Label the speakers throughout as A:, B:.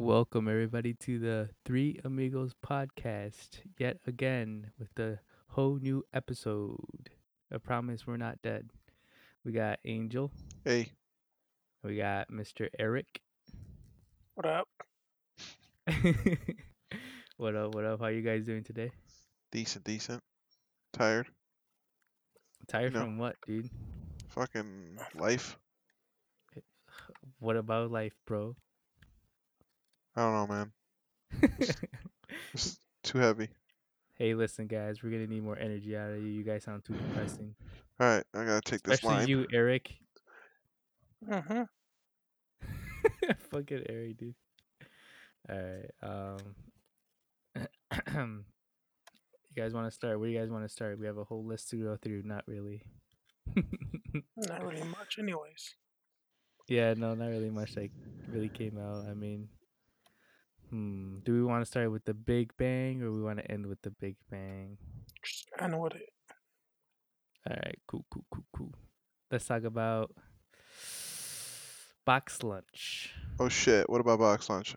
A: Welcome everybody to the Three Amigos podcast yet again with the whole new episode. I promise we're not dead. We got Angel.
B: Hey,
A: We got Mr. Eric.
C: What up?
A: what up? What up? How you guys doing today?
B: decent, decent. Tired.
A: Tired
B: No.
A: from what, dude?
B: Fucking life.
A: What about life, bro?
B: I don't know, man. It's too heavy.
A: hey, listen, guys, we're gonna need more energy out of you. You guys sound too depressing,
B: All right, I gotta take this
A: especially
B: line.
A: you, Eric.
C: Mm-hmm.
A: Fucking Eric, dude. um, All right. Um, you guys want to start? Where do you guys want to start? We have a whole list to go through. Not really.
C: Not really much, anyways.
A: yeah, no, not really much. Like, really came out. I mean, hmm. Do we want to start with the Big Bang, or we want to end with the Big Bang?
C: Just end with it.
A: All right, cool, cool, cool, cool. Let's talk about box lunch.
B: Oh shit! What about box lunch?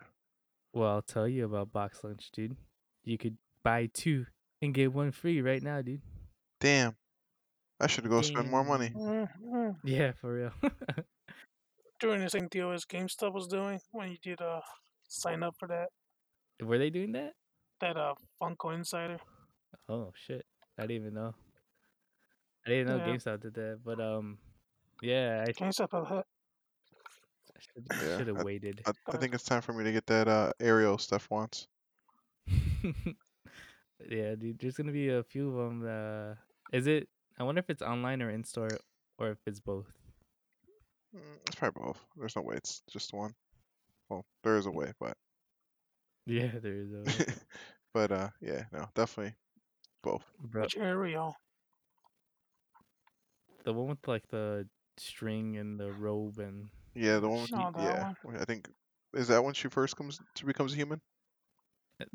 A: Well, I'll tell you about box lunch, dude. You could buy two and get one free right now, dude.
B: Damn, I should go spend more money.
A: Oh
C: hmm
A: Yeah, for real.
C: Doing the same deal as GameStop was doing when you did uh sign up for that
A: Were they doing that?
C: that uh Funko Insider.
A: Oh shit. I didn't even know. I didn't know
C: Yeah.
A: GameStop did that, but um yeah, I
C: GameStop uh,
A: should
B: Yeah,
A: should have
B: I-
A: waited.
B: I, I think it's time for me to get that uh, Ariel stuff once.
A: yeah, dude, there's going to be a few of them uh is it I wonder if it's online or in store or if it's both.
B: Mm, It's probably both. There's no way it's just one. Well, there is a way, but
A: Yeah, there is a
B: but uh, yeah, no, definitely both.
A: bro,
C: which Ariel.
A: the one with like the string and the robe and
B: Yeah, the one. With,
C: Saw that
B: yeah, I think is that when she first comes she becomes human.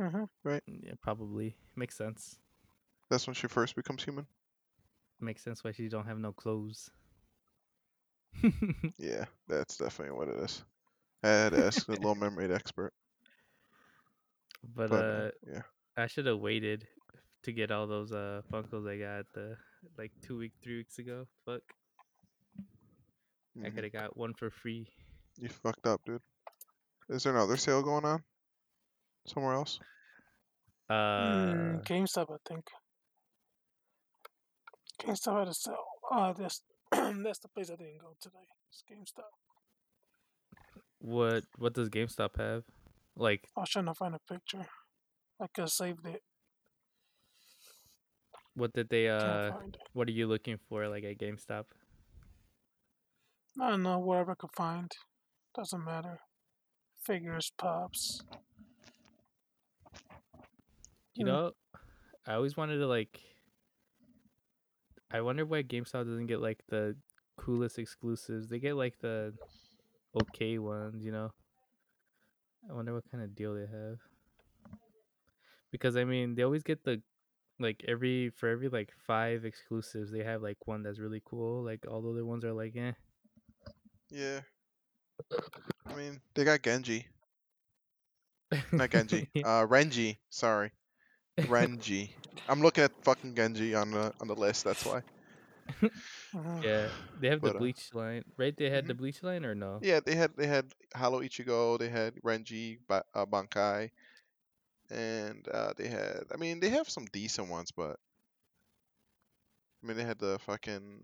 C: Mm-hmm.
A: yeah, probably makes sense.
B: That's when she first becomes human.
A: makes sense why she don't have no clothes.
B: Yeah, that's definitely what it is. I had to ask the low memory expert.
A: but
B: But,
A: uh,
B: yeah.
A: I should have waited to get all those uh Funkos I got the like two week, three weeks ago. Fuck, I
B: Mhm.
A: could have got one for free.
B: You fucked up, dude. Is there another sale going on somewhere else?
A: Uh,
C: Mm, GameStop, I think. GameStop had a sale. Uh, that's that's the place I didn't go today. It's GameStop.
A: what what does GameStop have? Like,
C: I was trying to find a picture. I could have saved it.
A: what did they uh?
C: Can't find it.
A: What are you looking for? Like at GameStop?
C: I don't know, wherever I could find. Doesn't matter. Figures, pops.
A: You
C: Hmm.
A: know, I always wanted to like. I wonder why GameStop doesn't get like the coolest exclusives. They get like the okay ones, you know. I wonder what kind of deal they have. Because I mean, they always get the like every for every like five exclusives, they have like one that's really cool. Like all the other ones are like, eh.
B: Yeah. I mean, they got Genji. Not Genji. Uh, Renji. Sorry, Renji. I'm looking at fucking Genji on the on the list. That's why.
C: Mhm.
A: yeah, they have
B: But,
A: the
B: uh,
A: bleach line, right? They had
B: mhm.
A: the bleach line or no?
B: Yeah, they had they had Halo Ichigo. They had Renji, ba- uh, Bankai, and uh, they had. I mean, they have some decent ones, but I mean, they had the fucking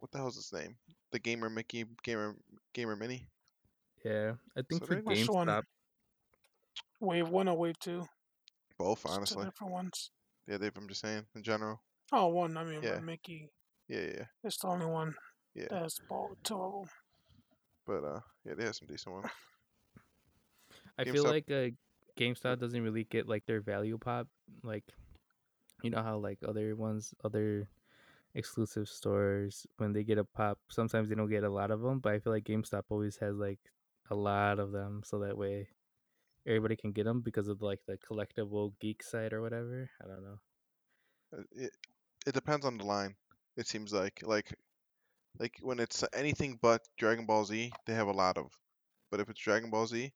B: what the hell's his name? The gamer Mickey, gamer gamer Mini.
A: Yeah, I think
B: So
A: for
B: they got-
C: Which one?
A: GameStop,
C: Wave one or wave two?
B: Both,
C: Just
B: honestly.
C: Two different ones.
B: Yeah, they, I'm just saying in general.
C: Oh, one. I mean,
B: Yeah.
C: Mickey
B: Yeah, yeah, yeah.
C: is the only one
B: Yeah.
C: that's bought two of 'em.
B: but uh, yeah, they had some decent ones.
A: I feel
B: GameStop-
A: like uh,
B: Mm.
A: GameStop doesn't really get like their value pop. Like, you know how like other ones, other exclusive stores, when they get a pop, sometimes they don't get a lot of them. But I feel like GameStop always has like a lot of them, so that way everybody can get them because of like the collectible geek side or whatever. I don't know.
B: Uh, It, it depends on the line. It seems like like like when it's anything but Dragon Ball Z, they have a lot of. But if it's Dragon Ball Z,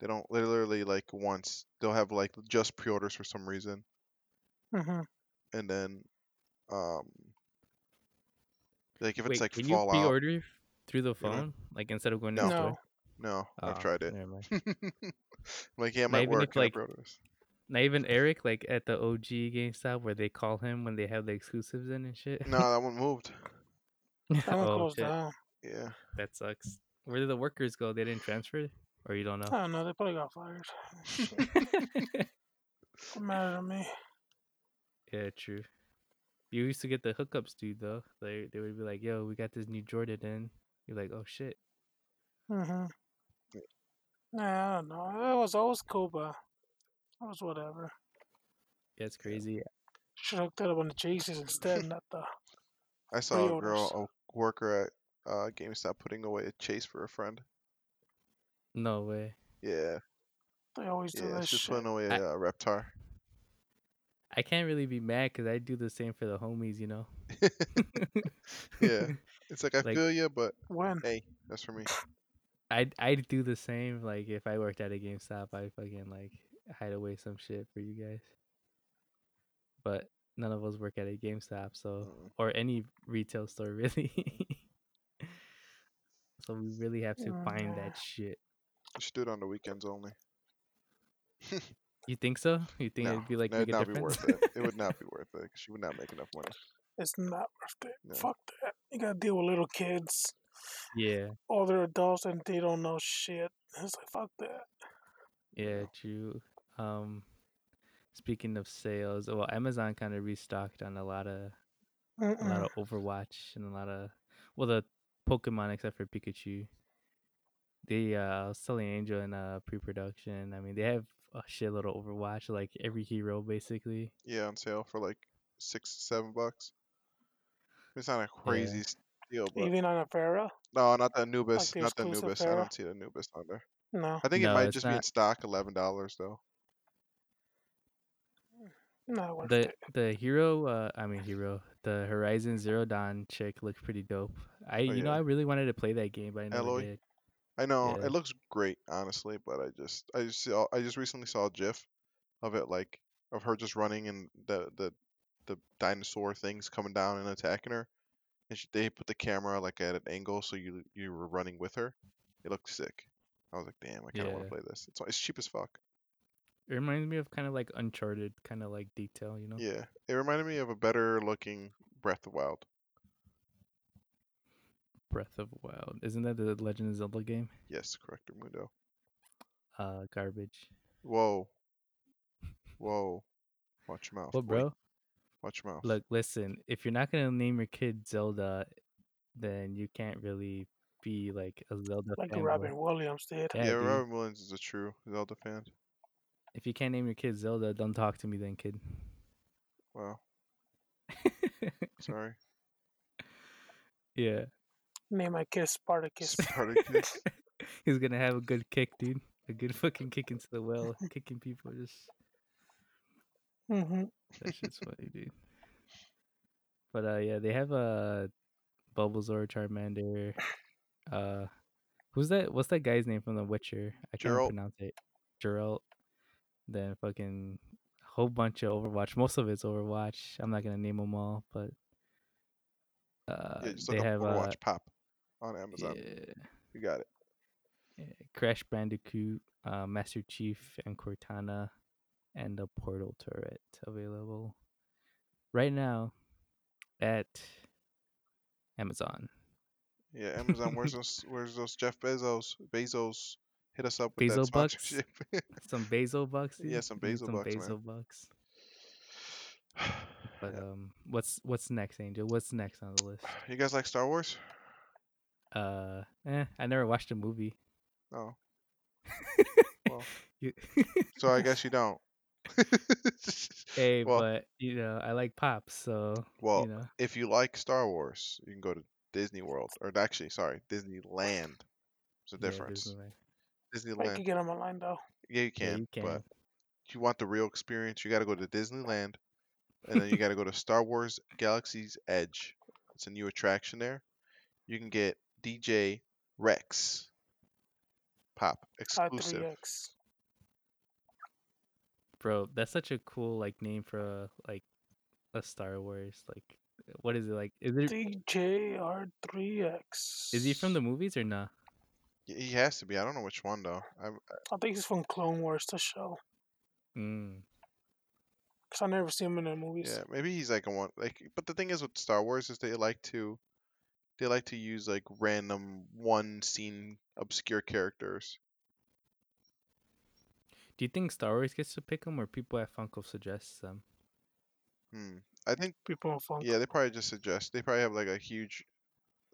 B: They don't literally like once they'll have like just pre-orders for some reason,
C: Mm-hmm.
B: and then um like if it's
A: Wait,
B: like
A: can
B: Fallout,
A: you pre-order f- through the
B: know?
A: phone? Like instead of going to
B: No.
A: the store?
C: No,
B: no, I've
A: Oh,
B: tried it.
A: Never mind.
B: I'm like yeah,
A: Not
B: it might
A: even
B: work.
A: if,
B: Like...
A: like-
B: Pre-orders.
A: Not even Eric, like at the OG GameStop where they call him when they have the exclusives in and shit.
B: No, that one moved.
C: that one
A: Oh,
C: closed
A: shit.
C: down.
B: Yeah,
A: That sucks. Where did the workers go? They didn't transfer, or you
B: Oh.
A: don't know?
C: I don't know. They probably got fired. Oh, Shit, don't matter to me.
A: yeah, true. You used to get the hookups, dude. Though they they would be like, "Yo, we got this new Jordan in." You're like, "Oh shit."
C: Mm-hmm. Nah, I don't know. That was always cool, but that was whatever.
A: Yeah, it's crazy.
C: Should hook that up on the chases instead, not the.
B: I saw a
C: Pre-orders.
B: girl, a worker at uh, GameStop, putting away a chase for a friend.
A: No way.
B: Yeah,
C: They always do
B: yeah,
C: that
B: she's
C: shit.
B: putting away a
A: I-
B: uh, Reptar.
A: I can't really be mad because I do the same for the homies, you know.
B: Yeah. It's like I
A: Like-
B: feel you, but
C: When?
B: hey, that's for me.
A: I'd I'd do the same. Like if I worked at a GameStop, I fucking like hide away some shit for you guys. But none of us work at a GameStop, so
B: Mm.
A: or any retail store really. so we really have
B: Oh,
A: to find
C: Yeah.
A: that shit.
B: You should do it on the weekends only.
A: You think so? You think
B: no,
A: it'd be like
B: no,
A: make
B: it'd
A: a
B: not
A: difference?
B: be worth it. It would not be worth it. 'cause She would not make enough money.
C: It's not worth it.
B: No.
C: Fuck that. You gotta deal with little kids,
A: yeah,
C: older adults, and they don't know shit. It's like fuck that.
A: yeah, true. Um, speaking of sales, well, Amazon kind of restocked on a lot of a lot
C: Mm-mm.
B: Mm.
A: of Overwatch and a lot of well the Pokemon except for Pikachu. They uh selling Angel in uh pre-production. I mean they have a shitload of Overwatch like every hero basically.
B: Yeah, on sale for like six, seven bucks. It's not a crazy s- deal, but
C: Even on a Pharaoh?
B: no, not the Anubis.
C: the
B: not the
C: exclusive
B: Anubis. I
C: era?
B: don't see the Anubis on there.
C: No,
B: I think it
A: No,
B: might
A: it's
B: just be in
A: not.
B: stock, eleven dollars though.
C: not worth
A: The
C: it.
A: the hero uh I mean hero the Horizon Zero Dawn chick looks pretty dope. I you know
B: yeah.
A: I really wanted to play that game but I never
B: Aloy?
A: did.
B: I know
A: Yeah.
B: it looks great, honestly, but I just, I just saw, I just recently saw a GIF of it, like of her just running and the the the dinosaur things coming down and attacking her, and she, they put the camera like at an angle so you you were running with her. It looked sick. I was like, damn, I kind of want
A: Yeah.
B: to play this. It's it's cheap as fuck.
A: It reminds me of kind of like Uncharted kind of like detail, you know.
B: Yeah, it reminded me of a better looking Breath of Wild.
A: Breath of Wild. Isn't that the Legend of Zelda game?
B: Yes, correct, Mundo.
A: Uh garbage.
B: Whoa, whoa, watch your mouth,
A: What
B: boy.
A: bro?
B: Watch your mouth.
A: Look, listen, if you're not gonna name your kid Zelda, then you can't really be like a Zelda
C: Like
A: fanboy.
C: Robin Williams did.
A: Yeah,
B: yeah,
A: dude.
B: Robin Williams is a true Zelda fan.
A: If you can't name your kid Zelda, don't talk to me then, kid.
B: Wow. Sorry.
A: yeah.
C: Name my kid Spartacus.
B: Spartacus.
A: He's gonna have a good kick, dude. A good fucking kick into the well, kicking people. Just
C: mm-hmm.
A: that shit's funny, dude. But uh, yeah, they have a uh, Bulbasaur, Charmander. Uh, who's that? What's that guy's name from The Witcher? I can't
B: Geralt.
A: pronounce it. Geralt. Then fucking whole bunch of Overwatch. Most of it's Overwatch. I'm not gonna name them all, but uh,
B: yeah, just
A: they
B: look
A: have
B: up Overwatch
A: uh,
B: Pop on Amazon.
A: yeah,
B: You got it.
A: yeah, Eh, Crash Bandicoot, uh, Master Chief, and Cortana, and the Portal turret available right now at Amazon.
B: Yeah, Amazon. Where's those? Where's those Jeff Bezos? Bezos, hit us up with that
A: Bezos bucks?
B: sponsorship.
A: Some basil bucks.
B: Yeah,
A: dude.
B: some
A: We need
B: basil bucks, man.
A: basil bucks. But um, what's what's next, Angel? What's next on the list?
B: you guys like Star Wars?
A: Uh, eh, I never watched the movie.
B: No. Well.
A: well, you...
B: Oh, So I guess you don't.
A: hey,
B: well,
A: but you know, I like pop, so
B: well,
A: you know,
B: if you like Star Wars, you can go to Disney World, or actually, sorry, Disneyland. There's a
A: yeah,
B: difference.
A: Disneyland.
C: I
B: Disneyland.
C: could get him online though.
B: yeah, you
A: Yeah,
B: can,
A: you can.
B: but you want the real experience, you got to go to Disneyland, and then you got to go to Star Wars Galaxy's Edge. It's a new attraction there. You can get DJ Rex Pop
C: I
B: exclusive.
C: 3X.
A: Bro, that's such a cool like name for a like a Star Wars. Like, what is it like? Is it
C: DJR3X.
A: is he from the movies or not?
B: Y- He has to be. I don't know which one though. I,
C: I think he's from Clone Wars, the show.
A: Mm.
C: Because I never see him in the movies.
B: yeah, maybe he's like a one. Like, but the thing is with Star Wars is they like to, they like to use like random one scene obscure characters.
A: Do you think Star Wars gets to pick them or people at Funko suggests them?
B: Hmm. I think
C: People on phone.
B: yeah, they probably just suggest. They probably have like a huge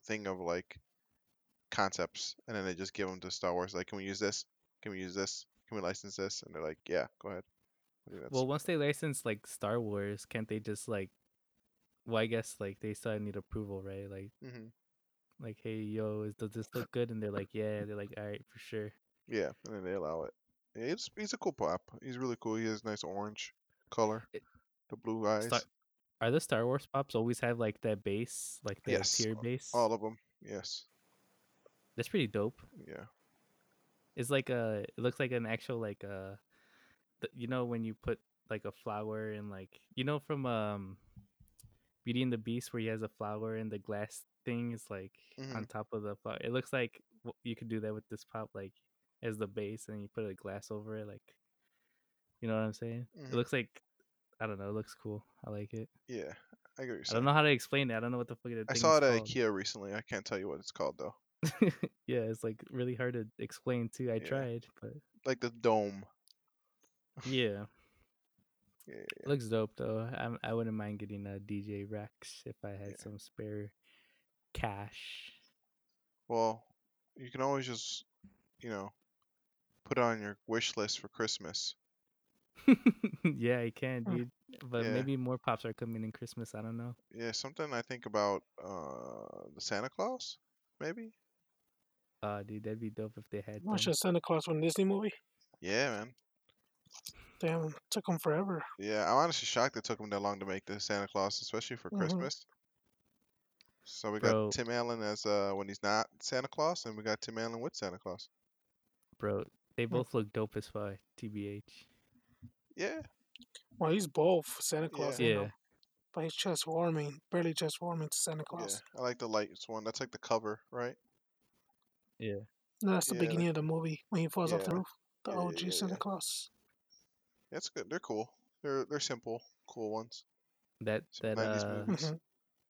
B: thing of like concepts, and then they just give them to Star Wars. Like, can we use this? Can we use this? Can we license this? And they're like, yeah, go ahead. I think that's-
A: Well, once they license like Star Wars, can't they just like? Well, I guess like they still need approval, right? Like,
B: mhm.
A: like, hey, yo, is, does this look good? And they're like, yeah. They're like, all right, for sure.
B: Yeah, and then they allow it. Yeah, He's he's a cool pop. He's really cool. He has nice orange color,
A: It-
B: the blue eyes,
A: Star- Are the Star Wars pops always have like that base, like the
B: Yes,
A: tier base?
B: all of them. Yes,
A: That's pretty dope.
B: yeah.
A: It's like a. It looks like an actual like a. th- You know when you put like a flower and like you know from um, Beauty and the Beast where he has a flower and the glass thing is like
B: Mm-hmm.
A: on top of the flower. It looks like w- you could do that with this pop like as the base and you put a glass over it like. You know what I'm saying?
B: Mhm.
A: It looks like I don't know. It looks cool. I like it.
B: Yeah, I get what you're
A: I
B: saying.
A: don't know how to explain it. I don't know what the fuck that
B: I
A: thing
B: saw
A: is
B: it at
A: called.
B: IKEA recently. I can't tell you what it's called though.
A: yeah, it's like really hard to explain too. I
B: Yeah.
A: tried, but
B: Like the dome.
A: yeah.
B: Yeah, yeah,
A: Looks dope though. I'm, I wouldn't mind getting a DJ Rex if I had
B: Yeah.
A: some spare cash.
B: Well, you can always just, you know, put it on your wish list for Christmas.
A: yeah, I can,
C: Mm.
A: dude. But
B: Yeah.
A: maybe more pops are coming in Christmas. I don't know.
B: Yeah, something I think about uh the Santa Claus, maybe.
A: Uh, dude, that'd be dope if they had.
C: Watch
A: them.
C: a Santa Claus from Disney movie.
B: Yeah, man.
C: Damn, took him forever.
B: Yeah, I'm honestly shocked it took them that long to make the Santa Claus, especially for
C: Mhm.
B: Christmas. So we
A: Mm-hmm. Bro.
B: got Tim Allen as uh when he's not Santa Claus, and we got Tim Allen with Santa Claus.
A: Bro, they both look dope as fuck. Tbh.
B: Yeah,
C: Well, he's both Santa Claus,
A: Yeah.
C: you know, but he's just warming, barely just warming to Santa
B: yeah.
C: Claus.
B: I like the lights one. That's like the cover, right?
C: No, that's the
B: Yeah, like-
C: beginning of the movie when he falls off the
B: Yeah.
C: roof. The
B: Yeah, yeah,
C: OG
B: yeah,
C: Santa
B: yeah.
C: Claus.
B: That's good. They're cool. They're they're simple, cool ones.
A: That
B: Some
A: that
B: 90s
A: uh
B: movies.
C: hmm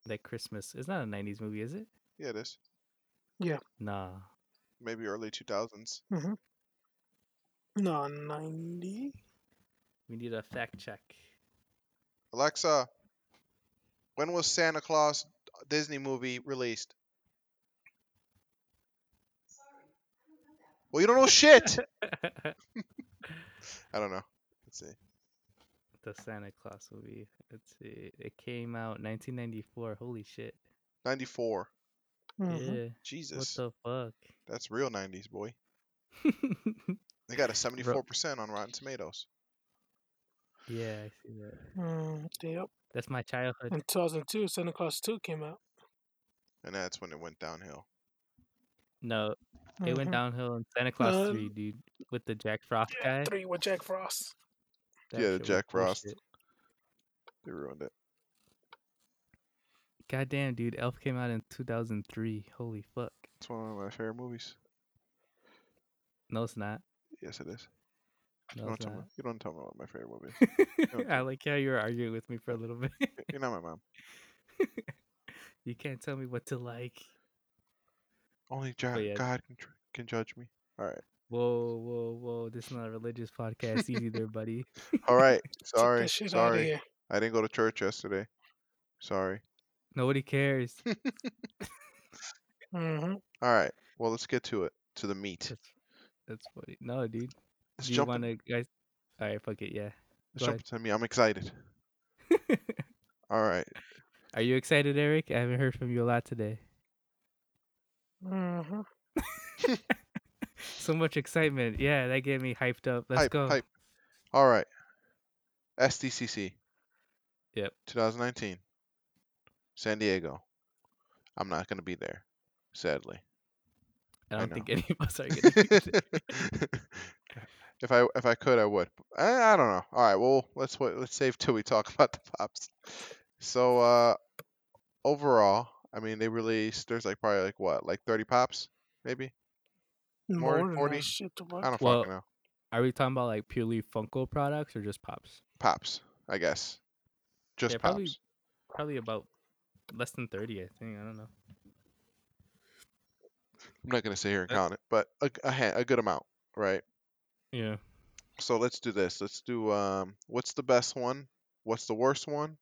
A: that Christmas. It's not a '90s movie, is it?
B: Yeah, it is.
A: Nah.
B: Maybe early 2000s.
C: No, 90.
A: We need a fact check.
B: Alexa, when was Santa Claus Disney movie released? Well, you don't know shit.
A: the
B: I don't know. Let's see.
A: Santa Claus movie. Let's see. It came out 1994. Holy shit.
B: 94. Mm-hmm.
C: Mhm.
A: Yeah. What
B: Jesus,
A: the fuck?
B: that's real 90s, boy. They got a 74% on Rotten Tomatoes.
A: yeah, I see that.
C: Mm, yep.
A: That's my childhood.
C: In 2002, Santa Claus 2 came out.
B: And that's when it went downhill.
A: No, it went
C: Mhm.
A: downhill in Santa Claus
C: Um,
A: 3, dude, with the Jack Frost guy.
C: Mm-hmm. Three with Jack Frost.
A: That
B: Yeah, the
A: shit was
B: Jack Frost.
A: bullshit.
B: They ruined it.
A: Goddamn, dude. Elf came out in 2003. Holy fuck.
B: It's one of my favorite movies.
A: No, it's not.
B: Yes, it is. You
A: No,
B: don't,
A: it's
B: tell me, you don't tell me about my favorite movie.
A: not. I like how you were arguing with me for a little bit.
B: You're not my mom.
A: you can't tell me what to like.
B: Only Ja-
A: yeah.
B: God can, tr- can judge me. All right.
A: Whoa, whoa, whoa. This is not a religious podcast. Easy there, buddy.
B: All right.
C: Get
B: Sorry.
C: that shit outta
B: Sorry.
C: here.
B: I didn't go to church yesterday. Sorry.
A: Nobody cares.
C: Mhm.
B: All right. Well, let's get to it. To the meat.
A: That's, that's funny. No, dude.
B: Let's
A: Do you
B: jump.
A: want
B: in-
A: to, guys? All right, fuck it. Yeah.
B: let's
A: go
B: jump into me. I'm excited. All right.
A: Are you excited, Eric? I haven't heard from you a lot today.
C: Mhm.
A: So much excitement. Yeah, that gave me hyped up. Let's
B: hype.
A: go.
B: Hype. All right. SDCC.
A: Yep.
B: 2019. San Diego. I'm not gonna be there, sadly.
A: I
B: I
A: don't
B: know.
A: think any of us are gonna.
B: Had If I if I could, I would. I, I don't know. All right. Well, let's wait, let's save till we talk about the pops. So uh, overall, I mean, they released there's like probably like what like 30 pops, maybe. More
C: More
B: than
C: than that
B: 40?
C: shit to
B: I
C: work.
B: don't
A: Well-
B: fucking know.
A: Are we talking about like purely Funko products or just pops?
B: Pops, I guess. Just
A: Yeah,
B: pops.
A: probably- Probably about less than thirty, I think. I don't know.
B: I'm not gonna sit here and
D: Uh,
B: count it, but a, a, ha- a good amount, right?
A: Yeah.
B: So let's do this. Let's do um, what's the best one? What's the worst one?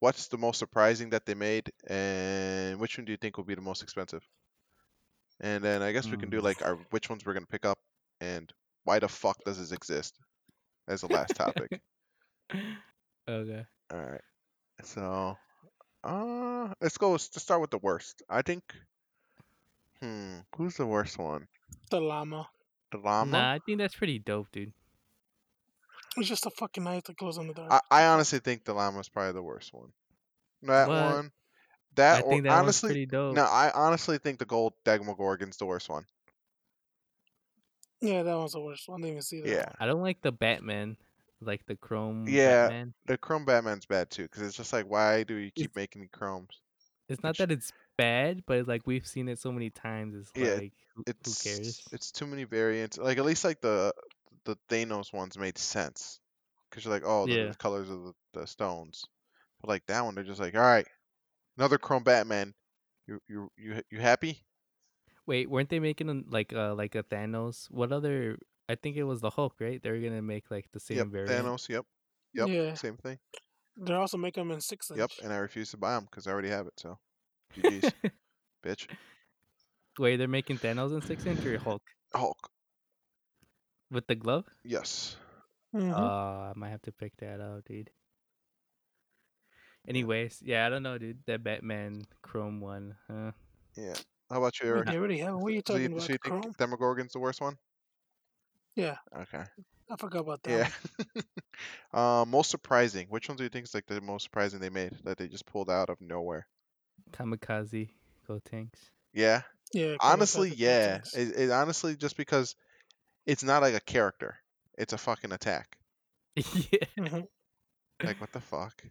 B: What's the most surprising that they made? And which one do you think will be the most expensive? And then I guess we can do
A: Mm.
B: like our which ones we're gonna pick up and why the fuck does this exist as the last topic.
A: Okay.
B: All right. So, uh, let's go. Let's start with the worst. I think. Hmm, who's the worst one?
C: The llama.
B: The llama.
A: Nah, I think that's pretty dope, dude.
C: It's just a fucking knife that glows in the dark.
B: I, I honestly think the llama is probably the worst one. That
A: What?
B: one. That
A: I
B: or-
A: think that
B: honestly,
A: one's pretty dope.
B: no, I honestly think the gold Dagmagorgon's the worst one.
C: yeah, that was the worst one. I didn't even see that.
B: Yeah,
A: I don't like the Batman, like the Chrome
B: Yeah.
A: Batman.
B: the Chrome Batman's bad too, because it's just like, why do you keep
A: It's-
B: making chromes?
A: It's not
B: Which-
A: that it's bad, but it's like we've seen it so many times. It's
B: Yeah,
A: like who, who
B: It's
A: cares?
B: it's too many variants. Like at least like the the Thanos ones made sense, because you're like, oh, the,
A: Yeah.
B: the colors of the, the stones. But like that one, they're just like, all right, another Chrome Batman. You you you you happy?
A: Wait, weren't they making an- like uh like a Thanos? What other? I think it was the Hulk, right? They were gonna make like the same
B: yep,
A: variant.
B: Thanos. Yep, yep,
C: Yeah.
B: same thing.
C: They're also making them in six inch.
B: Yep, and I refuse to buy them because I already have it. So, GG's, bitch.
A: Wait, they're making Thanos in six inch or Hulk
B: Hulk.
A: with the glove?
B: Yes.
A: Oh,
C: Mhm.
A: I might have to pick that up, dude. Anyways, yeah, I don't know, dude. That Batman Chrome one, huh?
B: Yeah. How about you,
C: Wait,
B: Eric?
C: they already have. 'em. What are you
B: So
C: talking
B: you,
C: about?
B: so you
C: Chrome?
B: think Demogorgon's the worst one?
C: Yeah.
B: Okay.
C: I forgot about that.
B: Yeah. uh, most surprising. Which ones do you think is like the most surprising they made that they just pulled out of nowhere?
A: Kamikaze, go tanks.
B: Yeah.
C: One. Yeah.
B: Honestly,
C: Kamikaze
B: yeah.
C: Kittens.
B: It, it honestly just because it's not like a character. It's a fucking attack.
A: yeah.
C: Mhm.
B: Like what the fuck?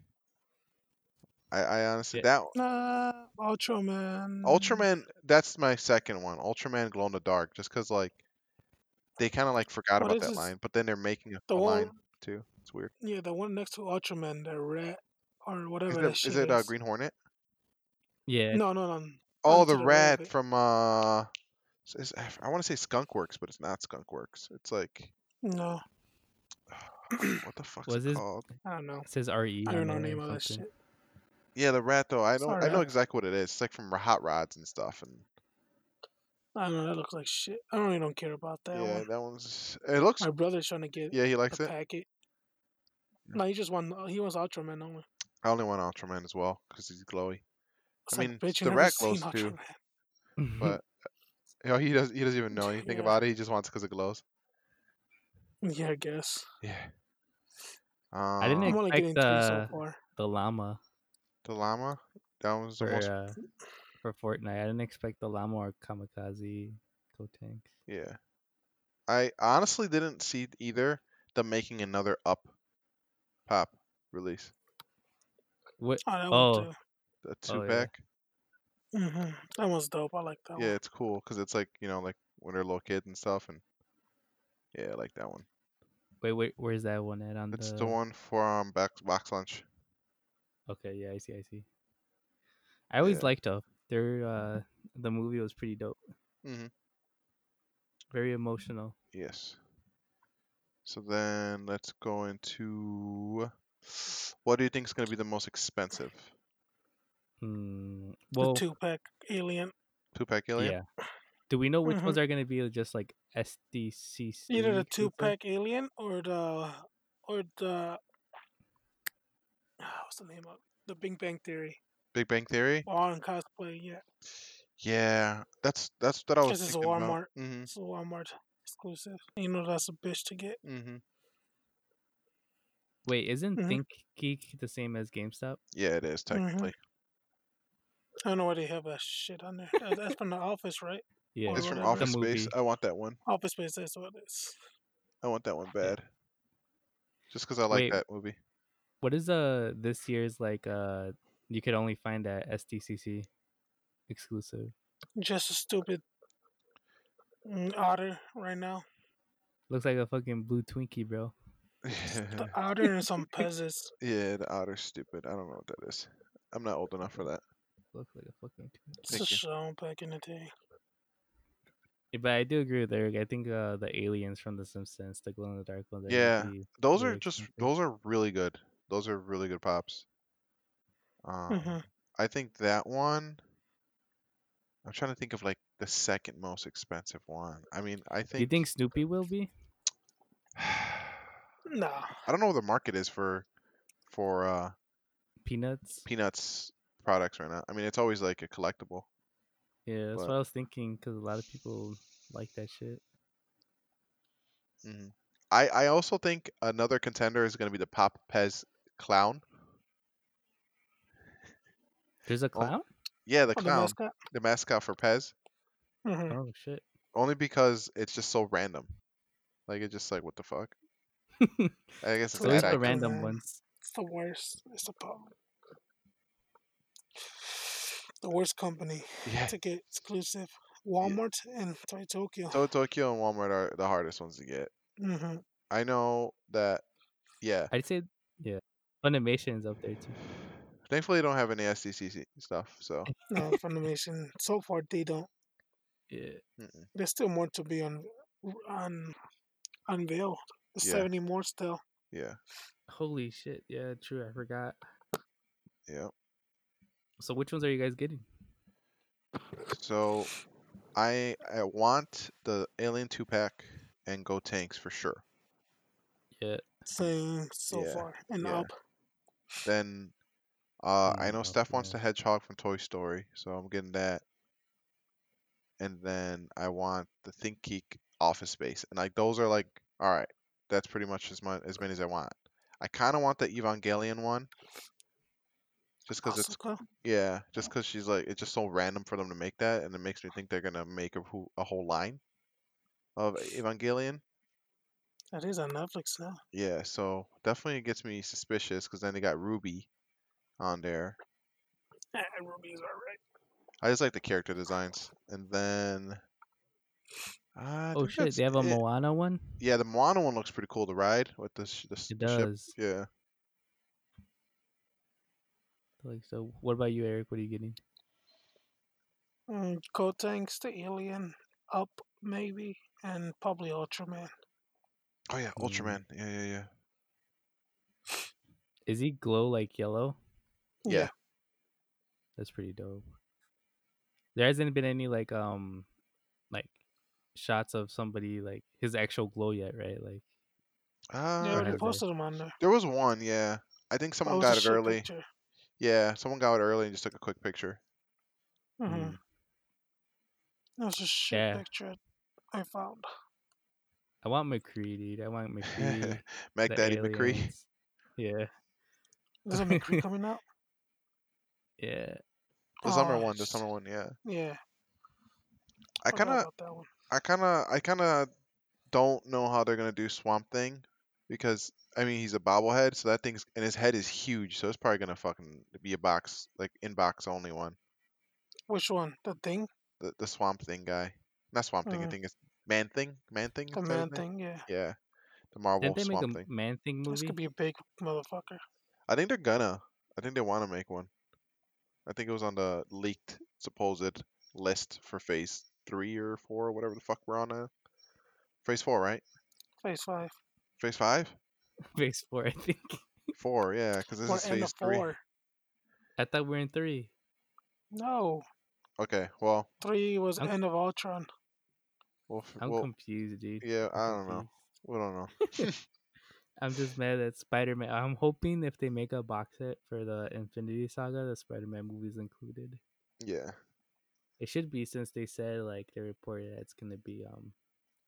B: I, I honestly
A: Yeah.
B: that
C: Nah, Ultraman.
B: Ultraman, that's my second one. Ultraman Glow in the Dark, just because like they kind of like forgot
C: Well,
B: about
C: this
B: that
C: is
B: line, but then they're making a,
C: The
B: a
C: one,
B: line too. It's weird.
C: yeah, the one next to Ultraman, the rat or whatever
B: Is
C: Oh, that
B: it
C: shit
B: is it uh,
C: is.
B: Green Hornet?
A: Yeah.
C: No, no, no.
B: Oh,
C: Onto
B: the
C: the
B: rat
C: rabbit.
B: from uh, s- is- I f- I want to say Skunkworks, but it's not Skunkworks. It's like
C: No,
B: what the fuck's
A: Was
B: it
A: his-
B: called?
C: I don't know.
A: It says RE.
C: I
A: on
C: don't know the
A: there
C: name
A: or
C: of that
A: something.
C: shit.
B: Yeah, the rat though. I
C: It's
B: know
C: not
B: I know
C: rat.
B: exactly what it is. It's like from Hot Rods and stuff, and
C: I don't know. That looks like shit. I really don't care about that
B: yeah,
C: one.
B: that one's. It looks.
C: My brother's trying to get
B: Yeah, Mm. he likes
C: the
B: it.
C: packet. No, he just won. He wants Ultraman only.
B: I only want Ultraman as well because he's glowy.
C: It's
B: I
C: like,
B: mean,
C: bitch, you
B: the
C: never
B: rat
C: seen
B: glows too.
C: Ultraman.
B: but you know, he does. He doesn't even know anything
C: Yeah.
B: about it. He just wants it because it glows.
C: Yeah, I guess.
B: Yeah. Um,
A: didn't
C: I'm
A: ex-
C: only
A: Like
C: getting three so
A: the-
C: far.
A: the llama
B: the llama. That was the
A: for
B: most.
A: uh, for Fortnite. I didn't expect the llama or kamikaze go tanks.
B: Yeah. I honestly didn't see either them making another up pop release.
A: What?
C: Oh, that
A: Oh.
C: one
B: A two
A: yeah.
B: pack.
C: too. hmm That one's dope. I like that
B: Yeah,
C: one.
B: it's cool because it's like you know like when they're little kids and stuff and yeah, I like that one.
A: Wait, wait. Where's that one at? On
B: It's the one from back box lunch.
A: Okay, yeah, I see, I see. I always
B: Yeah.
A: liked her. Their uh, the movie was pretty dope.
B: Mhm.
A: Very emotional.
B: Yes. So then let's go into what do you think is going to be the most expensive?
A: Mm, well,
C: the two pack alien.
B: Two pack alien.
A: yeah. Do we know which ones are gonna be uh, just like SDCC?
C: Either
B: Mm-hmm.
C: the
A: or
C: two
A: something?
C: pack alien or the or the what's the name of it? the Big Bang Theory.
B: Big Bang Theory.
C: All in cosplay, yeah.
B: Yeah, that's that's what I was
C: Because it's
B: thinking about.
C: Walmart.
B: Mm-hmm.
C: It's a Walmart exclusive. You know that's a bitch to get.
B: Mm-hmm.
A: Wait, isn't
C: Mhm.
A: Think Geek the same as GameStop?
B: Yeah, it is
C: Mm-hmm,
B: technically.
C: I don't know why they have that shit on there. That- That's from the office, right?
A: Yeah.
C: Or
B: It's from
C: whatever.
B: Office
A: The
B: Space. uh
A: movie.
B: I want that one.
C: Office space, that's what it is.
B: I want that one bad. Just because I like
A: Wait.
B: that movie.
A: What is uh this year's like uh you could only find at SDCC exclusive?
C: Just a stupid mm, otter right now.
A: Looks like a fucking blue Twinkie, bro.
C: The otter and some peasants.
B: yeah, the otter's stupid. I don't know what that is. I'm not old enough for that.
A: Looks like a fucking Twinkie.
C: It's a
B: Thank you.
C: show back in the day.
A: Yeah, But I do agree with Eric. I think uh the aliens from The Simpsons, the glow in the dark ones. I
B: Yeah,
A: really-
B: Those
A: Yeah,
B: are
A: I
B: just
A: think so.
B: those are really good. Those are really good pops. Um,
C: Mhm.
B: I think that one. I'm trying to think of like the second most expensive one. I mean, I
A: Do you
B: think.
A: think Snoopy will be?
B: I
C: Nah.
B: don't know what the market is for for uh,
A: Peanuts?
B: peanuts products right now. I mean, it's always like a collectible.
A: Yeah, that's
B: What?
A: what I was thinking because a lot of people like that shit.
B: hmm I I also think another contender is going to be the Pop Pez clown.
A: There's a clown?
B: Yeah, the
C: Oh, the
B: clown,
C: mascot?
B: the mascot for Pez.
A: Oh,
C: hmm
A: shit.
B: only because it's just so random. Like it's just like what the fuck. I guess
A: It's
B: it's
C: So
A: always
B: ad
A: the
B: icon.
C: it's like
A: random
C: man.
A: ones.
C: It's the worst. It's the problem. The worst company
B: Yeah.
C: to get exclusive. Walmart and Toy Tokyo.
B: So Tokyo and Walmart are the hardest ones to get.
C: hmm
B: I know that. Yeah.
A: I'd say, yeah. Funimation's up there too.
B: Thankfully, I don't have any SDCC stuff. So
C: No, Funimation. So far, they don't.
A: Yeah.
B: mm-mm.
C: There's still more to be un- un- unveiled. There's
B: Yeah.
C: 70 more still.
B: yeah,
A: Holy shit. Yeah, true. I forgot.
B: yeah.
A: So, which ones are you guys getting?
B: So I I want the Alien two pack and Go Tanks for sure.
A: Yeah.
C: Same so
B: Yeah,
C: far. And
B: yeah.
C: up.
B: Then uh, I know
A: Mm,
B: Steph wants
A: okay.
B: the Hedgehog from Toy Story, so I'm getting that. and then I want the Think Geek Office Space, and like those are like, all right, that's pretty much as much as many as I want. I kind of want the Evangelion one, just because it's
C: Asuka.
B: yeah, just because she's like it's just so random for them to make that, and it makes me think they're gonna make a who a whole line of Evangelion.
C: That is on Netflix now.
B: Yeah, so definitely it gets me suspicious because then they got Ruby on there.
C: Eh, Ruby's alright.
B: I just like the character designs, and then. I
A: oh
B: think
A: shit.
B: that's
A: They have a
B: it.
A: Moana one?
B: Yeah, the Moana one looks pretty cool to ride with the, sh- the, s-
A: It
B: the ship.
A: does.
B: Yeah.
A: Like, so what about you, Eric? What are you getting?
C: Mm, Go Tanks, The Alien, Up, maybe, and probably Ultraman.
B: Oh yeah,
A: Mm.
B: Ultraman. Yeah, yeah, yeah.
A: Is he glow like yellow?
B: Yeah.
A: That's pretty dope. There hasn't been any like um like shots of somebody like his actual glow yet, right? Like
B: Uh,
C: They
A: Or
C: already
A: has
B: there-
A: po-
C: posted them on there.
B: there was one. Yeah, I think
C: But
B: someone
C: was a
B: got Oh, it
C: shit
B: early.
C: picture.
B: Yeah, someone got it early and just took a quick picture.
C: Mhm.
A: mm.
C: That was a shit
A: Yeah.
C: picture I found.
A: I want McCree, dude. I want McCree.
B: Mac
A: the
B: Daddy McCree.
A: aliens. Yeah.
C: There's a McCree coming out.
A: Yeah.
B: The summer
C: Oh,
B: one. The
C: sh-
B: summer one. Yeah.
C: Yeah.
B: I
C: forgot
B: kind of,
C: about that one.
B: I kind of, I kind of don't know how they're gonna do Swamp Thing, because I mean he's a bobblehead, so that thing's and his head is huge, so it's probably gonna fucking be a box like in box only one.
C: Which one? The thing?
B: The the Swamp Thing guy. Not Swamp Thing. I
C: Mm.
B: think it's Man Thing. Man Thing.
C: The
B: is that his
C: man
B: name?
C: thing? Yeah.
B: Yeah, the Marvel
A: Didn't they make a
B: Swamp Thing.
A: man thing
C: This
A: movie?
C: could be a big motherfucker.
B: I think they're gonna. I think they want to make one. I think it was on the leaked supposed list for Phase Three or Four, whatever the fuck we're on now. Phase Four, right?
C: Phase 5.
B: Phase Five?
A: Phase four, I think.
B: Four, yeah, because this
C: We're
B: is
C: in the
B: Phase Three.
C: 4.
A: I thought we were in three.
C: No.
B: Okay, well,
C: 3 was
A: I'm-
C: End of Ultron.
B: we'll, f-
A: I'm
B: we'll
A: confused, dude.
B: yeah,
A: I'm
B: I don't know.
A: confused.
B: We don't know.
A: I'm just mad that Spider Man. I'm hoping if they make a box set for the Infinity Saga, the Spider Man movie's included.
B: Yeah,
A: It should be since they said like they reported that it's gonna be um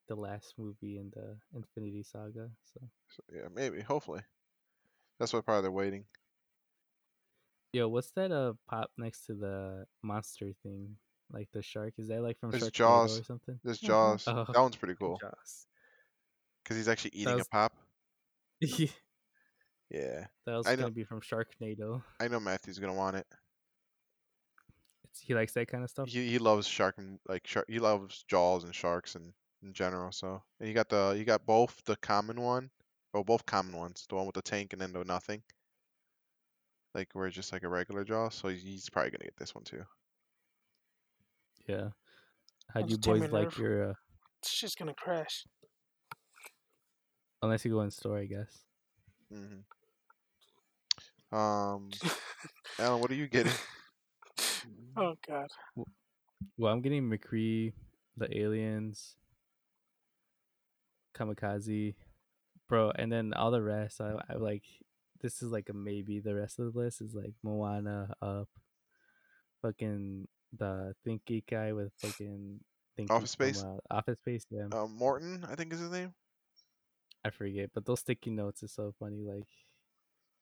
A: the last movie in the Infinity Saga. So
B: so, yeah, maybe, hopefully. That's what probably they're waiting.
A: yo, what's that uh pop next to the monster thing? Like the shark? Is that like from
B: It's
A: Sharknado
B: Jaws.
A: or something?
B: This
C: Mhm.
B: Jaws,
A: Oh.
B: that one's pretty cool.
A: Jaws.
B: because he's actually eating
A: was-
B: a pop.
A: that
B: Yeah,
A: was
B: I
A: gonna
B: know-
A: be from Sharknado.
B: I know Matthew's gonna want it.
A: It's, he likes that kind of stuff.
B: He he loves shark and like shark. He loves jaws and sharks and in general. So and you got the you got both the common one, or both common ones, the one with the tank and then the nothing. Like where it's just like a regular jaw. So he's- he's probably gonna get this one too.
A: Yeah. How do
C: That's
A: you boys
C: Timmy
A: like
C: Nerf.
A: your? Uh,
C: It's just gonna crash.
A: unless you go in store, I guess.
B: hmm Um, Alan, what are you getting? Hmm.
C: Oh god.
A: Well, I'm getting McCree, the aliens, Kamikaze, bro, and then all the rest. I, I like this is like a maybe. The rest of the list is like Moana, Up, fucking the Think Geek guy with fucking Think
B: Office
A: Geek
B: Space?
A: from, uh, Office Space, yeah,
B: Uh, Morton, I think is his name.
A: I forget. But those sticky notes is so funny. Like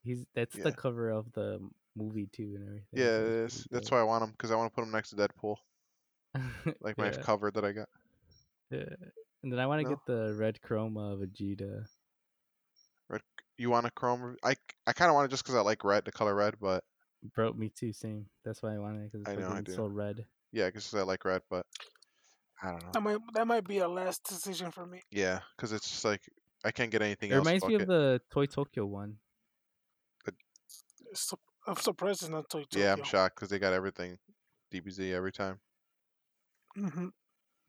A: he's that's
B: Yeah.
A: the cover of the m- movie too and everything.
B: Yeah, it is. That's why I want him because I want to put him next to Deadpool,
A: why
B: like my cover that I got.
A: Yeah. And then I want to
B: No.
A: get the red chroma Vegeta.
B: You want a chrome? rev- I I kind of want it just because I like red, the color red. But
A: Bro, me too. Same. That's why I wanted it
B: I
A: because
B: know, I
A: it's
B: do.
A: so red.
B: yeah, because I like red. But I
A: Um,
B: don't know.
C: That might that might be a last decision for me.
B: Yeah, because it's just like I can't get anything
A: It
B: else.
A: reminds me of
B: fuck it.
A: the Toy Tokyo one.
C: It's su- I'm surprised it's not Toy Tokyo.
B: Yeah, I'm shocked because they got everything, DBZ every time.
C: hmm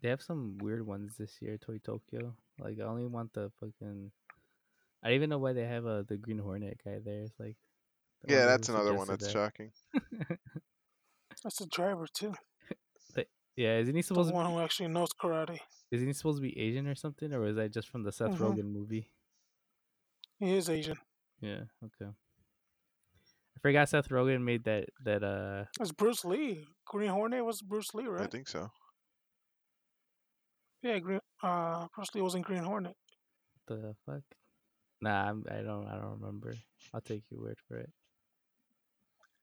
A: They have some weird ones this year. Toy Tokyo. Like I only want the fucking. I don't even know why they have uh, the Green Hornet guy there. It's like. the
B: Yeah,
A: one who
B: that's another one
A: suggested
B: that's
A: that.
B: shocking.
C: That's the driver too.
A: Yeah, isn't he
C: The
A: supposed? To
C: one who actually knows karate.
A: be, isn't he supposed to be Asian or something, or was that just from the Seth
C: Mhm.
A: Rogen movie?
C: He is Asian.
A: Yeah. Okay. I forgot Seth Rogen made that that uh
C: It's Bruce Lee. Green Hornet was Bruce Lee,
B: I
C: right?
B: think so.
C: Yeah, Green. Uh, Bruce Lee was in Green Hornet.
A: the fuck? Nah, I'm, I don't. I don't remember. I'll take your word for it.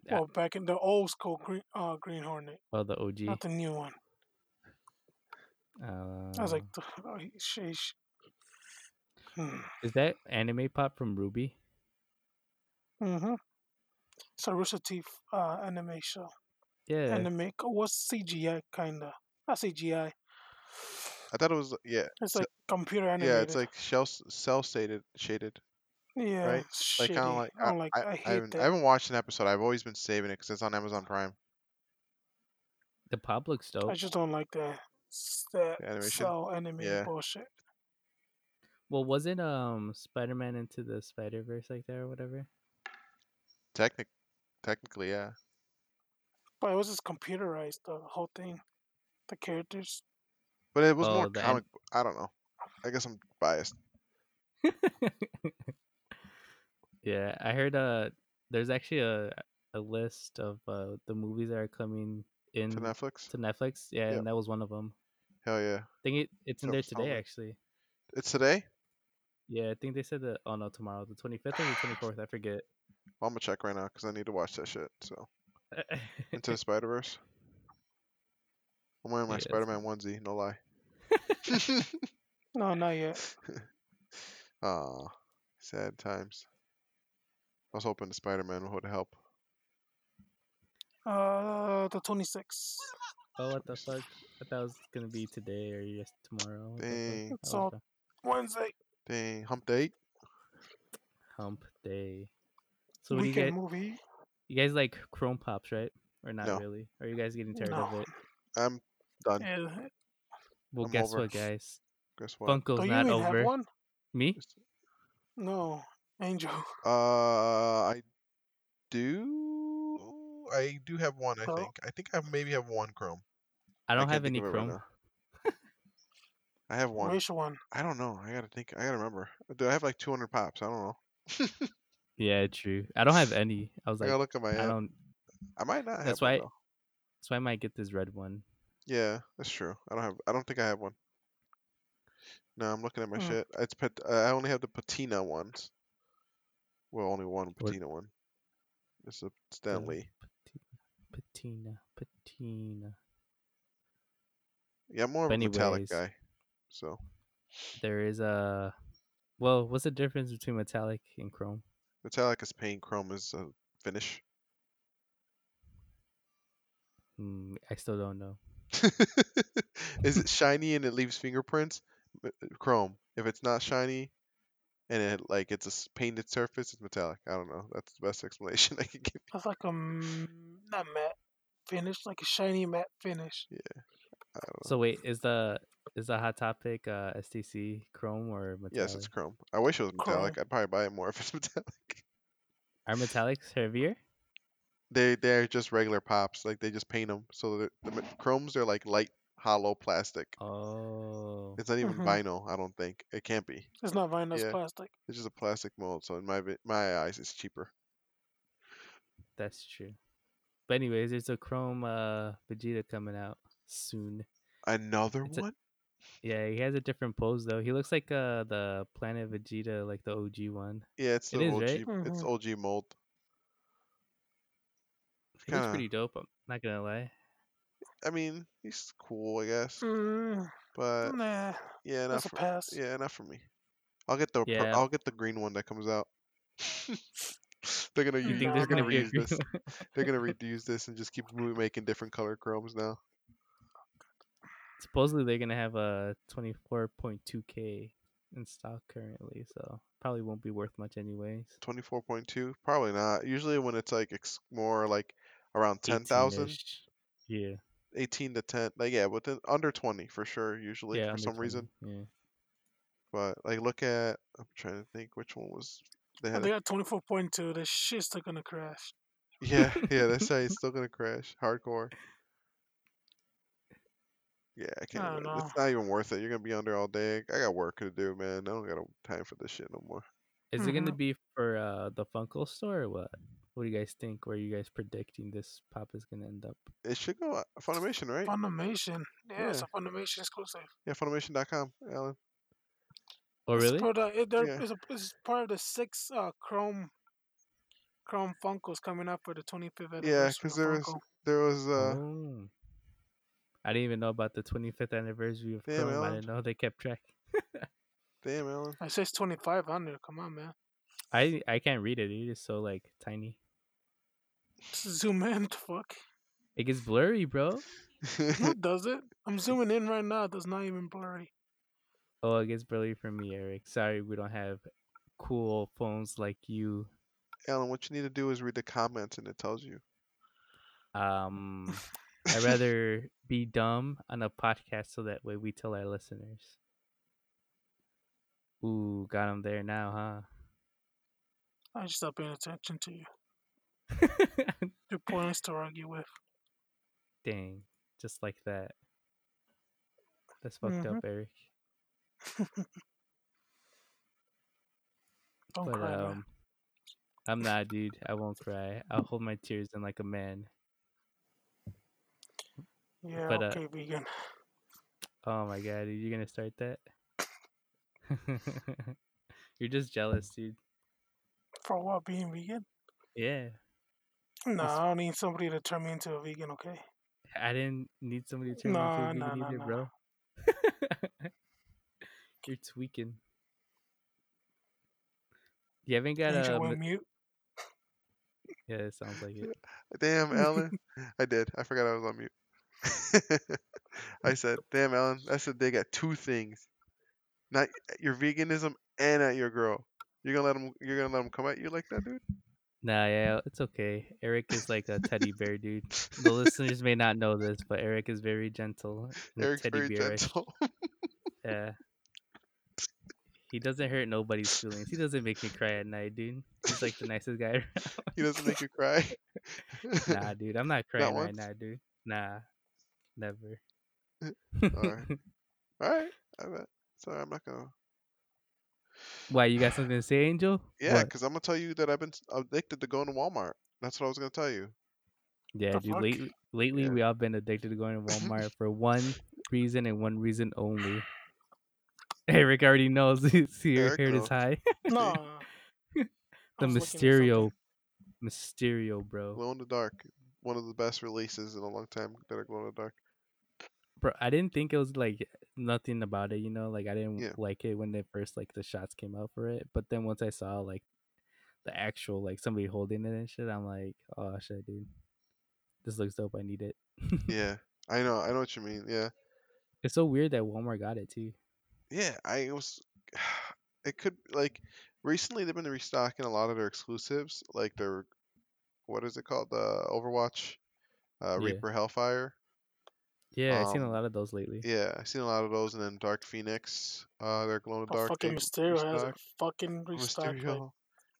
A: Yeah.
C: Well, back in the old school Green uh, Green Hornet,
A: Oh, the OG.
C: not the new one.
A: Uh,
C: I
B: Mm.
C: was like, oh, he- sheesh. Hmm.
A: is that anime pop from Ruby?
C: Mm-hmm. It's a Rooster Teeth uh, anime show.
A: Yeah,
C: Anime c- was CGI kinda. Not CGI.
B: I thought it was yeah,
C: It's
B: So-
C: like computer animated.
B: yeah. It's like shell cell stated shaded.
C: yeah,
B: right?
C: it's
B: Like kind of
C: shitty.
B: like
C: I don't like. I,
B: I
C: hate
B: haven't, I
C: that.
B: haven't watched an episode. I've always been saving it because it's on Amazon Prime.
A: the pop looks
C: I,
A: dope.
C: just don't like that. s- That
B: The animation?
C: cell animated
B: Yeah.
C: bullshit.
A: Well, wasn't um Spider Man into the Spider Verse like that or whatever?
B: Technic, technically, yeah.
C: But it was just computerized the whole thing, the characters.
B: But it was
A: Oh,
B: more
A: the an-
B: comic. bo- I don't know. I guess I'm biased.
A: yeah, I heard uh there's actually a a list of uh the movies that are coming in
B: To Netflix,
A: to Netflix. Yeah,
B: Yep.
A: and that was one of them.
B: hell yeah!
A: I think it, it's in
B: So
A: there
B: solid.
A: today actually.
B: It's today.
A: Yeah, I think they said that. Oh no, tomorrow, the 25th or the 24th, I forget.
B: Well, I'm gonna check right now because I need to watch that shit. So into the Spider Verse. I'm wearing my
A: Yeah, it's-
B: Spider Man onesie. No lie.
C: No, not yet.
B: Aw, sad times. I was hoping the Spider Man would help.
C: Uh, the twenty sixth.
A: Oh, what the fuck? I thought it was gonna be today or just tomorrow. What the fuck?
B: Dang.
A: I
C: So-
A: lost a
C: Wednesday.
B: Dang, hump date.
A: hump day. So what do you
C: weekend
A: guys?
C: movie.
A: You guys like Chrome Pops, right? Or not
B: No.
A: really? Are you guys getting tired of
C: No.
A: it?
B: I'm done.
C: Yeah.
A: Well,
B: I'm
A: guess
B: over.
A: what, guys?
B: Guess what?
A: Funko's
C: Do you
A: not
C: even have
A: over.
C: one?
A: Me?
C: No, Angel.
B: Uh, I do. I do have one. I
C: Oh.
B: think. I think I maybe have one Chrome.
A: I don't
B: can't
A: have
B: think
A: any
B: of it right
A: Chrome.
B: now. I have one.
C: Which one?
B: I don't know. I gotta think. I gotta remember. Do I have like 200 pops? I don't know.
A: yeah, true. I don't have any. I was
B: I
A: like,
B: gotta look at my.
A: I
B: app.
A: don't.
B: I might not have.
A: That's
B: one,
A: why-
B: though.
A: So I might get this red one.
B: Yeah, that's true. I don't have. I don't think I have one. No, I'm looking at my
C: Mm.
B: shit. It's pat- uh, I only have the patina ones. Well, only one patina one. It's a Stanley.
A: Patina, patina.
B: Yeah, I'm more of a metallic
A: anyways.
B: guy. So
A: There is a Well, what's the difference between metallic and chrome?
B: Metallic is paint, chrome is a finish.
A: Hmm, I still don't know.
B: is it shiny and it leaves fingerprints? M- uh, Chrome. If it's not shiny and it like it's a s- painted surface, it's metallic. I don't know. That's the best explanation I can give.
C: That's like a m- not matte finish, like a shiny matte finish.
B: I don't know.
A: So wait, is the is the hot topic uh STC chrome or metallic?
B: yes, it's chrome. I wish it was metallic.
C: Chrome.
B: I'd probably buy it more if it's metallic.
A: Are metallics heavier?
B: They they're just regular pops. Like they just paint them. So they're- the me- chromes are like light hollow plastic.
A: Oh,
B: It's not even
C: Mhm.
B: vinyl. I don't think it can't be.
C: It's not vinyl, it's
B: Yeah.
C: plastic.
B: It's just a plastic mold. So in my vi- my eyes, it's cheaper.
A: that's true. But anyways, there's a chrome uh Vegeta coming out soon.
B: Another
A: It's a-
B: one.
A: Yeah, he has a different pose though. He looks like uh the Planet Vegeta, like the OG one.
B: Yeah, it's
A: It
B: the
A: is,
B: OG.
A: right? Mm-hmm.
B: It's
C: Mhm.
B: OG mold.
A: He looks
B: Kinda-
A: pretty dope. I'm not gonna lie.
B: I mean, he's cool, I guess.
C: Mm,
B: Uh, But
C: nah,
B: yeah, not
C: that's a
B: for
C: pass.
B: yeah, not for me. I'll get the pur-
A: Yeah.
B: I'll get the green one that comes out. they're gonna
A: You
B: use,
A: think
C: Nah,
B: they're
A: there's
B: gonna
A: gonna be a
B: reuse
A: green
B: this.
A: one?
B: They're gonna reuse this and just keep re- making different color chromes now.
A: Supposedly they're gonna have uh, a 24.2k in stock currently, so probably won't be worth much anyways.
B: Twenty four point two, probably not. Usually when it's like ex- more like around 10,000,
A: 18-ish. Yeah.
B: 18 to ten, like yeah, within under twenty for sure. Usually
A: yeah.
B: for
A: under
B: some
A: 20,
B: reason,
A: Yeah.
B: but like look at I'm trying to think which one was they
C: When
B: had.
C: they
B: A,
C: got 24.2, this shit's still gonna crash.
B: yeah, yeah, that's right. It's still gonna crash hardcore. Yeah, I can't.
C: I
B: wait.
C: dunno.
B: It's not even worth it. You're gonna be under all day. I got work to do, man. I don't got time for this shit no more.
A: Is it gonna
C: Mhm.
A: be for uh the Funko store or what? What do you guys think? Where are you guys predicting this pop is gonna end up?
B: It should go out- Funimation, right?
C: Funimation. Yeah, it's
B: Yeah.
C: a Funimation exclusive.
B: Yeah, Funimation.com. Alan.
A: Oh
C: It's
A: really?
C: part of, it, they're-
B: Yeah.
C: it's, a, it's part of the six uh, Chrome Chrome Funkos coming up for the 25th anniversary.
B: Yeah, because
C: of
B: there was
C: Funko.
B: there was uh
A: oh. I didn't even know about the 25th anniversary of
B: Damn,
A: Chrome. I
B: Alan.
A: didn't know they kept track.
B: damn Alan.
C: It says 25 on there. Come on, man.
A: I I can't read it. It is so like tiny.
C: Zoom in, the fuck.
A: It gets blurry, bro.
C: No, it does it? I'm zooming in right now. That's not even blurry.
A: Oh, it gets blurry for me, Eric. Sorry, we don't have cool phones like you.
B: Alan, what you need to do is read the comments and it tells you.
A: Um, I'd rather be dumb on a podcast so that way we tell our listeners. Ooh, got him there now,
C: I just stopped paying attention to you.
A: huh?
C: Two points to argue with.
A: Dang, just like that. That's fucked
C: Mhm.
A: up, Eric.
C: Don't
A: but
C: cry, man.
A: um, I'm not, dude. I won't cry. I'll hold my tears in like a man.
C: Yeah,
A: but, uh,
C: okay, vegan.
A: Oh my god, dude, you're gonna start that? you're just jealous, dude.
C: For what, being vegan?
A: Yeah.
C: No, I don't need somebody to turn me into a vegan, okay?
A: I didn't need somebody to turn
C: Nah,
A: me into a vegan
C: nah, nah,
A: either,
C: nah.
A: bro. You're tweaking. You haven't got
C: Angel
A: a.
C: will
A: mi-
C: mute.
A: yeah, it sounds like it.
B: Damn Alan. I did. I forgot I was on mute. I said, damn Alan, that's a dig at two things. Not at your veganism and at your girl. You're gonna let him you're gonna let him come at you like that, dude?
A: Nah, yeah, it's okay. Eric is like a teddy bear, dude. The listeners may not know this, but Eric is very gentle. and
B: Eric's
A: teddy
B: very
A: bearish.
B: gentle.
A: Yeah. He doesn't hurt nobody's feelings. He doesn't make me cry at night, dude. He's like the nicest guy. around.
B: he doesn't make you cry.
A: nah, dude. I'm not crying right
B: once?
A: now, dude. Nah, never.
B: Alright. Alright, I bet. Sorry, I'm not gonna.
A: Why you got something to say, Angel?
B: Yeah,
A: What?
B: because I'm gonna tell you that I've been s- addicted to going to Walmart. That's what I was gonna tell you.
A: Yeah,
C: The
A: dude.
C: fuck?
A: Lately, lately
B: Yeah.
A: we all been addicted to going to Walmart for one reason and one reason only. Eric already knows. His hair,
B: Eric
A: hair is
B: knows.
A: high.
C: No.
A: the Mysterio, Mysterio, bro. Oh.
B: Glow in the Dark, one of the best releases in a long time that are glow in the dark.
A: bro, I didn't think it was like nothing about it, you know. Like I didn't
B: Yeah.
A: like it when they first like the shots came out for it, but then once I saw like the actual like somebody holding it and shit, I'm like, oh shit, dude, this looks dope. I need it.
B: Yeah, I know, I know what you mean. Yeah,
A: It's so weird that Walmart got it too.
B: yeah. I was. It could like recently they've been restocking a lot of their exclusives, like their what is it called, the Overwatch, uh,
A: Yeah.
B: Reaper Hellfire.
A: Yeah, I've seen a
B: Um,
A: lot of those lately.
B: Yeah, I've seen a lot of those, and then Dark Phoenix, uh, their glow in the
C: Oh,
B: dark.
C: fucking
B: they
C: Mysterio has a
B: restocked.
C: fucking restock.
B: Mysterio,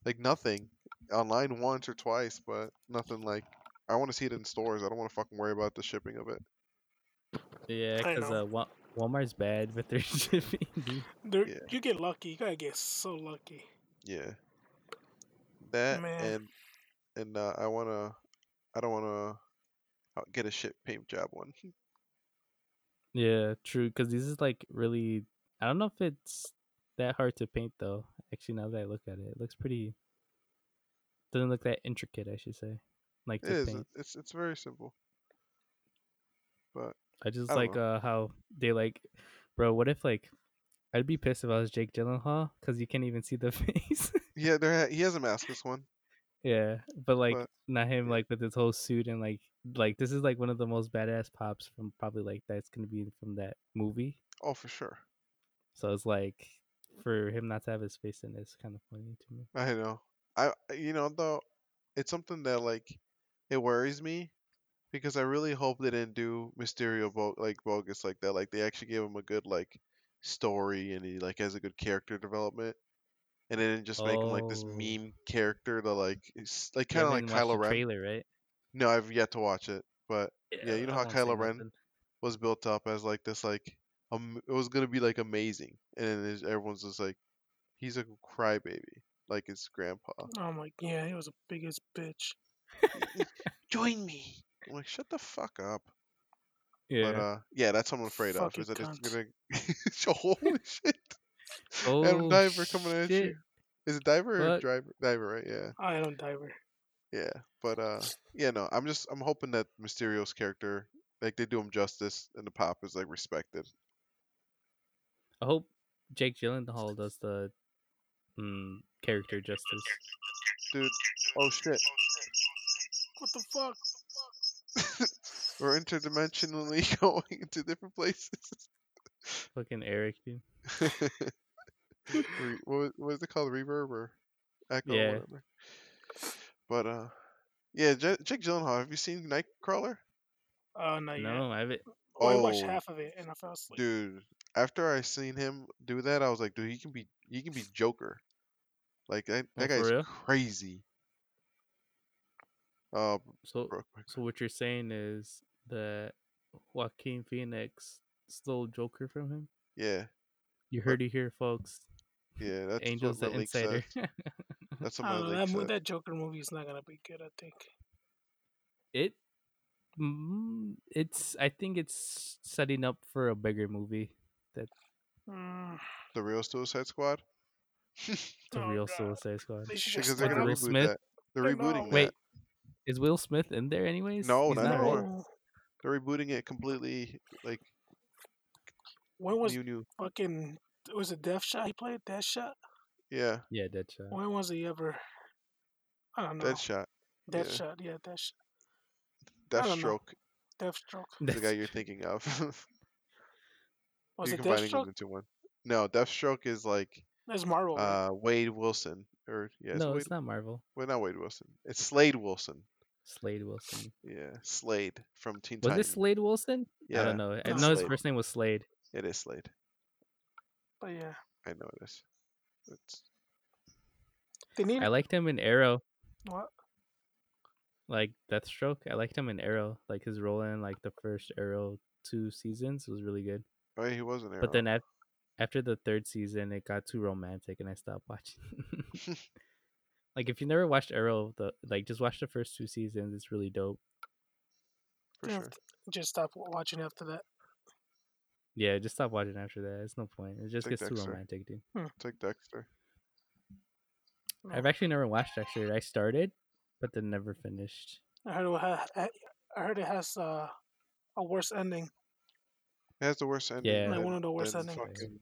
C: Like,
B: like, nothing online once or twice, but nothing like. I want to see it in stores. I don't want to fucking worry about the shipping of it.
A: Yeah,
C: I
A: because
C: know.
A: uh, Wa- Walmart's bad with their shipping. dude.
C: dude,
B: Yeah.
C: you get lucky. You gotta get so lucky.
B: Yeah, that
C: Man.
B: and and uh, I wanna. I don't wanna uh, get a shit paint job one.
A: Yeah, true. Because this is like really. I don't know if it's that hard to paint though. Actually, now that I look at it, it looks pretty. Doesn't look that intricate, I should say. Like
B: It
A: to
B: is.
A: paint.
B: It's it's very simple. But
A: I just
B: I don't
A: like
B: know.
A: uh how they like, bro. What if like, I'd be pissed if I was Jake Gyllenhaal because you can't even see the face.
B: yeah, there ha- he has a mask. This one.
A: yeah, but like
B: But-
A: not him
B: yeah.
A: like with his whole suit and like like this is like one of the most badass pops from probably like that's gonna be from that movie.
B: Oh, for sure.
A: So it's like for him not to have his face in it's kind of funny to me.
B: I know. I you know though, it's something that like it worries me because I really hope they didn't do Mysterio bo- like bogus like that. Like they actually gave him a good like story and he like has a good character development. And they didn't just make him like this
A: Oh.
B: meme character to like it's like
A: You
B: kind of like
A: haven't watched
B: Kylo
A: the
B: Ren.
A: trailer, right?
B: No, I've yet to watch it, but Yeah, you know
A: I
B: how
A: won't say
B: Kylo Ren-
A: nothing.
B: was built up as like this like um, it was gonna be like amazing, and then it's- everyone's just like he's a crybaby like his grandpa.
C: I'm like, yeah, he was the biggest bitch.
B: Join me. I'm like shut the fuck up.
A: Yeah.
B: But uh, yeah, that's what I'm afraid of.
C: Fucking
B: Is that it's gonna
C: cunt.
B: holy shit?
A: oh,
B: Adam Diver coming at
A: shit.
B: you. Is it Diver or
A: What?
B: Driver? Diver, right? Yeah,
C: I don't diver.
B: yeah. But uh, yeah, no. I'm just I'm hoping that Mysterio's character, like they do him justice, and the pop is like respected.
A: I hope Jake Gyllenhaal does the mm, character justice.
B: Dude, oh shit,
C: What the fuck?
B: we're interdimensionally going into different places.
A: Fucking Eric, dude.
B: Re- what, was, what is it called? Reverb or echo
A: Yeah.
B: or whatever. But uh, yeah, J- Jake Gyllenhaal. Have you seen Nightcrawler?
C: Oh, no, yeah.
A: No, I haven't.
C: Oh, I watched
B: Oh.
C: half of it and I fell asleep.
B: dude after i seen him do that i was like dude he can be he can be joker like that,
A: Oh, for
B: that guy's
A: real?
B: crazy uh
A: So,
B: bro,
A: so what you're saying is that Joaquin Phoenix stole Joker from him?
B: yeah
A: You heard it here, folks.
B: yeah that's
A: Angels
B: what
A: the
B: my leak said.
A: Insider. Oh,
B: that's what
C: I
B: my
C: don't know.
B: leak
C: That, mo-
B: said.
C: that Joker movie is not gonna be good, I think.
A: it, mm, it's. I think it's setting up for a bigger movie.
C: Mm,
B: the real suicide squad
A: The
C: Oh,
A: real
C: God.
A: Suicide Squad.
C: they should
B: because
C: just
B: they're
A: With
B: gonna
A: Will
B: reboot
C: stop.
A: Smith?
B: that they're
C: I
B: rebooting
C: know.
B: that
A: Wait, is Will Smith in there anyways?
B: No, not
A: right?
B: anymore.
C: No.
B: they're rebooting it completely like
C: When was
B: new new
C: fucking was it Death Shot he played? Death Shot?
B: yeah
A: Yeah, Deadshot.
C: When was he ever I don't know.
B: dead shot
C: Death
B: yeah.
C: Shot, yeah, Death Shot. I don't know.
B: deathstroke
C: Deathstroke.
B: is the guy you're thinking of
C: Was
B: you're
C: it
B: combining
C: Deathstroke? Oh,
B: them into one no deathstroke is like
C: That's Marvel. right?
B: uh Wade Wilson or yeah, it's
A: no,
B: Wade,
A: it's not Marvel.
B: well, not Wade Wilson. It's Slade Wilson.
A: Slade Wilson.
B: Yeah, Slade from Teen
A: Was
B: Titans.
A: it Slade Wilson?
B: Yeah,
A: I don't know. I
C: it's
A: know his
B: Slade.
A: first name was Slade.
B: it is Slade.
C: but yeah.
B: I know it is. It's,
C: They need
A: I liked him in Arrow,
C: what?
A: like Deathstroke. I liked him in Arrow, like his role in like the first Arrow two seasons was really good.
B: oh, he was an arrow.
A: But then af- after the third season, it got too romantic, and I stopped watching. like if you never watched Arrow, the like just watch the first two seasons. It's really dope.
B: for
C: Yeah,
B: sure.
C: Just stop wa- watching after that.
A: Yeah, just stop watching after that. It's no point. It just
B: Like
A: gets too
B: Dexter.
A: romantic, dude.
B: It's like Dexter.
C: No.
A: I've actually never watched Dexter. I started, but then never finished.
C: I heard it ha- I I heard it has uh, a worse ending.
B: It has the worst ending.
A: Yeah. Like,
B: that-
C: one of the worst
B: that is
C: endings.
B: fucking-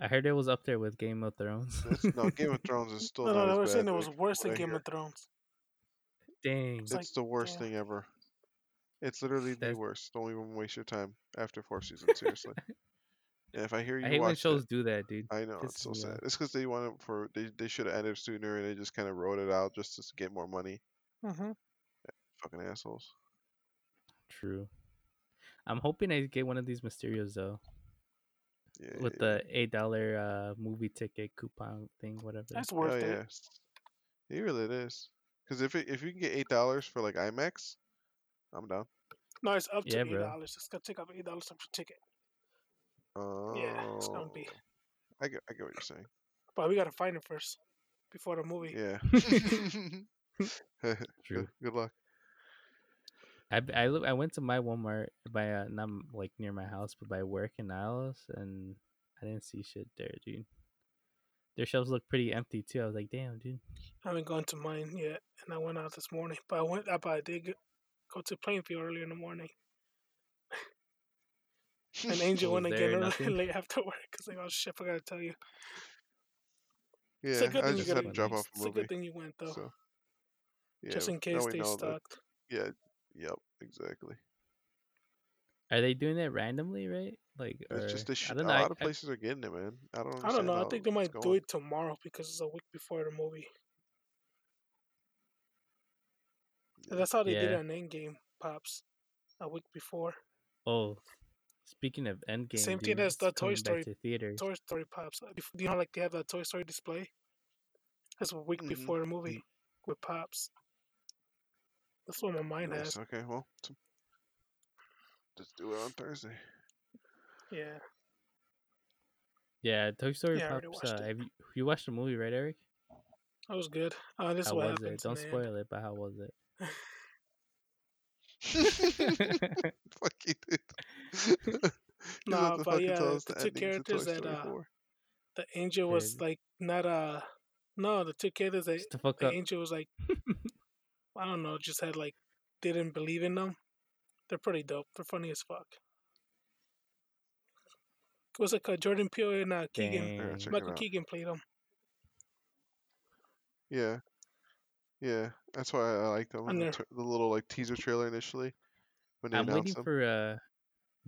A: I heard it was up there with Game of Thrones.
B: that's- no, Game of Thrones is still
C: No, no,
B: not
C: no,
B: as
C: we're saying
B: bad,
C: it was
B: like,
C: worse
B: what
C: than
B: I
C: Game
B: hear.
C: of Thrones.
A: Dang.
B: It's
C: like,
B: the worst
C: yeah.
B: thing ever. It's literally the
A: That's-
B: worst. Don't even waste your time after four seasons. Seriously. And if I hear you
A: I hate when
B: watch
A: shows
B: it,
A: do that, dude.
B: I know it's
A: pisses
B: so
A: me
B: sad.
A: off.
B: It's because they wanted for they they should have ended sooner and they just kind of wrote it out just to s- get more money.
C: Mm-hmm.
B: Fucking assholes.
A: True. I'm hoping I get one of these Mysterios though,
B: Yeah.
A: with the eight dollar uh movie ticket coupon thing, whatever.
C: That's
B: Oh
C: worth it.
B: yeah. It really is. Because if it, if you can get eight dollars for like IMAX, I'm down.
C: No, it's up to
A: Yeah,
C: eight
A: bro.
C: dollars. It's gonna take up eight dollars for ticket.
B: Oh,
C: Yeah, it's gonna be.
B: I get, I get what you're saying.
C: But we gotta find it first before the movie.
B: Yeah.
A: True.
B: Good luck.
A: I b- I, li- I went to my Walmart by uh, not m- like near my house, but by work in Niles, and I didn't see shit there, dude. Their shelves look pretty empty too. I was like, damn, dude.
C: I haven't gone to mine yet, and I went out this morning. But I went, I, but I did go- go to Plainfield earlier in the morning. And Angel
A: Was
C: went
A: there
C: again early,
A: nothing?
C: late after work. Cause like, oh shit, I gotta tell you.
B: Yeah, I
A: you
B: just
A: got
B: had
A: it
B: to
A: at
B: drop
A: least.
B: off a
C: It's a
B: movie.
C: good thing you went though,
B: So, yeah,
C: just in
B: now
C: case
B: we
C: they
B: know that-
C: stocked.
B: Yeah, yep, exactly.
A: Are they doing it randomly, right? Like, or,
B: It's just the
A: I
B: shit. A
A: don't know. I,
B: lot of
A: I-
B: places are getting it, man. I don't.
C: I don't
B: understand
C: know. I
B: how
C: think they
B: it's
C: might do
B: going.
C: it tomorrow because it's a week before the movie.
B: Yeah.
C: That's how they did
A: Yeah.
C: it on Endgame pops a week before.
A: oh, speaking of Endgame,
C: Same thing
A: dude,
C: as
A: it's
C: the Toy
A: coming
C: Story-
A: back to theaters.
C: Toy Story pops. Like, bef- Do you know like they have that Toy Story display? That's a week
B: Mhm.
C: before the
A: Mm.
C: movie with pops. That's what my mind
B: Nice,
C: has.
B: Okay, well, t- just do it on Thursday.
C: Yeah.
A: Yeah, Toy Story
C: Yeah, I already
A: pops.
C: watched
A: Uh,
C: it.
A: have you, you watched the movie, right, Eric?
C: That was good. Uh, this is
A: how
C: what
A: was
C: happens.
A: it? Don't
C: man.
A: spoil it, but how was it?
B: Fuck you, dude. You have
C: Nah,
B: to
C: but
B: fucking
C: yeah,
B: tell us
C: the
B: the
C: two
B: ending to Toy
C: characters that,
B: Story
C: uh,
B: 4.
C: The angel was
A: Dude.
C: like not uh no the two characters that
A: Just to fuck
C: the
A: up.
C: angel was like I don't know just had like didn't believe in them. They're pretty dope. They're funny as fuck. Was it called Jordan Peele and uh, Keegan?
B: Yeah,
A: Dang.
B: check it
C: Michael
B: out.
C: Keegan played them.
B: Yeah, yeah. That's why I liked them.
C: And
B: The,
C: they're-
B: tra- the little like teaser trailer initially when they
A: I'm
B: announced
A: waiting
B: them.
A: for uh,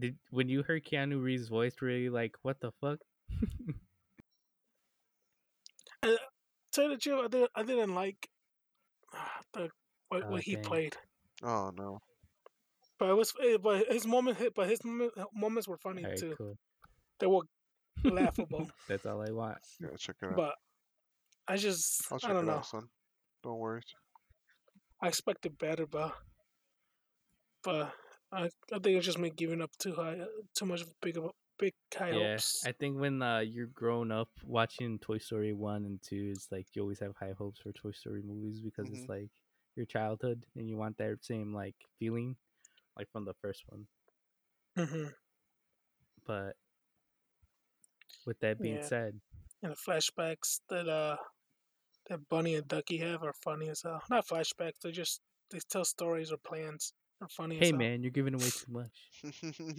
A: did when you heard Keanu Reeves' voice, were you like, what the fuck?
C: Tell you the truth, I didn't, I didn't like uh, the what,
A: Oh,
C: what he
A: dang.
C: played,
B: Oh no.
C: but it was eh, but his moment hit, but his moment, moments were funny
A: Alright,
C: too.
A: cool.
C: They were laughable,
A: That's all I want.
B: Yeah, check it out.
C: but I just
B: I'll check
C: I don't
B: it
C: know.
B: out, son. Don't worry.
C: I expected better, but but I, I think it just me giving up too high, uh, too much of big of a- big high
A: yeah,
C: hopes.
A: I think when uh, you're grown up watching Toy Story one and two, it's like you always have high hopes for Toy Story movies because
B: Mhm.
A: it's like your childhood and you want that same like feeling, like from the first one.
C: hmm
A: But with that being
C: Yeah.
A: said,
C: And the flashbacks that uh that Bunny and Ducky have are funny as hell. Not flashbacks; they just they tell stories or plans. They're funny. as
A: hey
C: hell.
A: man, you're giving away too much.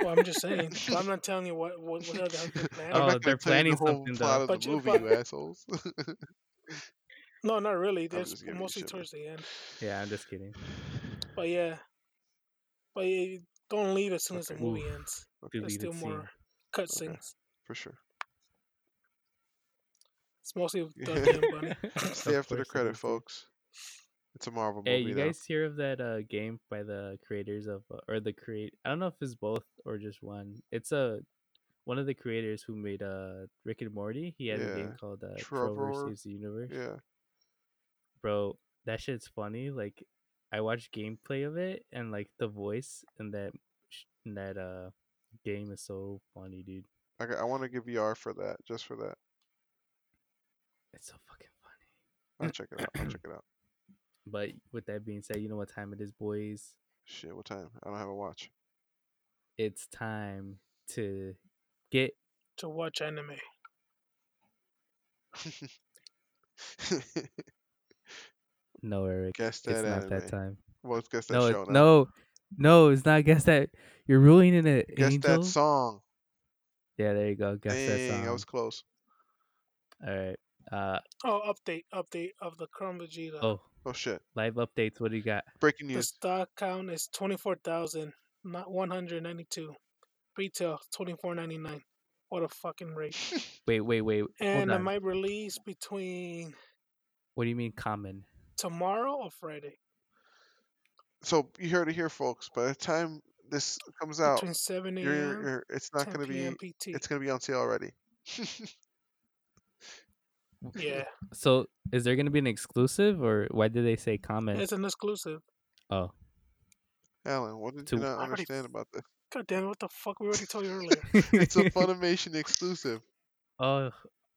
C: Well, I'm just saying. But I'm not telling you what what, what the hell they're
B: I'm
A: Oh, they're planning
B: not gonna tell you the
C: planning.
B: whole
A: something,
B: plot
A: though.
B: of
C: But
B: the
C: you-
B: movie,
C: but-
B: you assholes.
C: No, not really. There's
B: just giving you
C: mostly
B: shit, man.
C: towards the end.
A: Yeah, I'm just kidding.
C: But yeah, but yeah, you don't leave as soon as the
B: Okay.
C: movie
A: Oof.
C: ends. There's
A: Deleted
C: still
A: scene.
C: more cutscenes.
B: For sure.
C: It's mostly
B: Yeah.
C: Ducky and Bunny.
B: Stay
A: Of
B: after the
A: course it
B: credit,
A: is.
B: folks. It's a Marvel
A: Hey,
B: movie.
A: you
B: now.
A: guys hear of that uh, game by the creators of, uh, or the create? I don't know if it's both or just one. It's a one of the creators who made uh Rick and Morty. He had a game
B: Yeah.
A: called uh, Trevor
B: Trevor.
A: Saves the Universe.
B: Yeah.
A: Bro, that shit's funny. Like, I watched gameplay of it, and like the voice and that sh- in that uh game is so funny, dude.
B: I, I want to give VR for that, just for that.
A: It's so fucking funny.
B: I'll
A: Mm.
B: check it out. I'll check it out.
A: But with that being said, you know what time it is, boys.
B: Shit, what time? I don't have a watch.
A: It's time to get
C: to watch anime.
A: no Eric.
B: guess
A: It's
B: that
A: not
B: anime.
A: that time.
B: Well, guess that
A: no,
B: show
A: it- no, No, it's not guess that. You're ruining it,
B: Guess
A: Angel.
B: that song.
A: Yeah, there you go. Guess
B: Dang,
A: that song.
B: I was close.
A: All right. Uh
C: Oh, update, update of the Chrome Vegeta.
A: oh,
B: Oh shit!
A: live updates. What do you got?
B: Breaking
C: The
B: news.
C: stock count is twenty four thousand, not one hundred ninety two. Retail twenty four ninety nine. What a fucking rate!
A: Wait, wait, wait. Hold
C: And it
A: on.
C: might release between
A: What do you mean common?
C: tomorrow or Friday,
B: so you heard it here, folks. By the time this comes out,
C: between seven
B: you're,
C: a.m.
B: you're- it's not
C: ten
B: gonna be.
C: p.m. PT.
B: It's gonna be on sale already.
C: yeah,
A: So is there gonna be an exclusive or why did they say common?
C: it's an exclusive.
A: oh,
B: Alan, what did
A: To-
B: you not
C: I already-
B: understand about this?
C: God damn it! What the fuck? We already told you earlier.
B: It's a Funimation exclusive.
A: oh,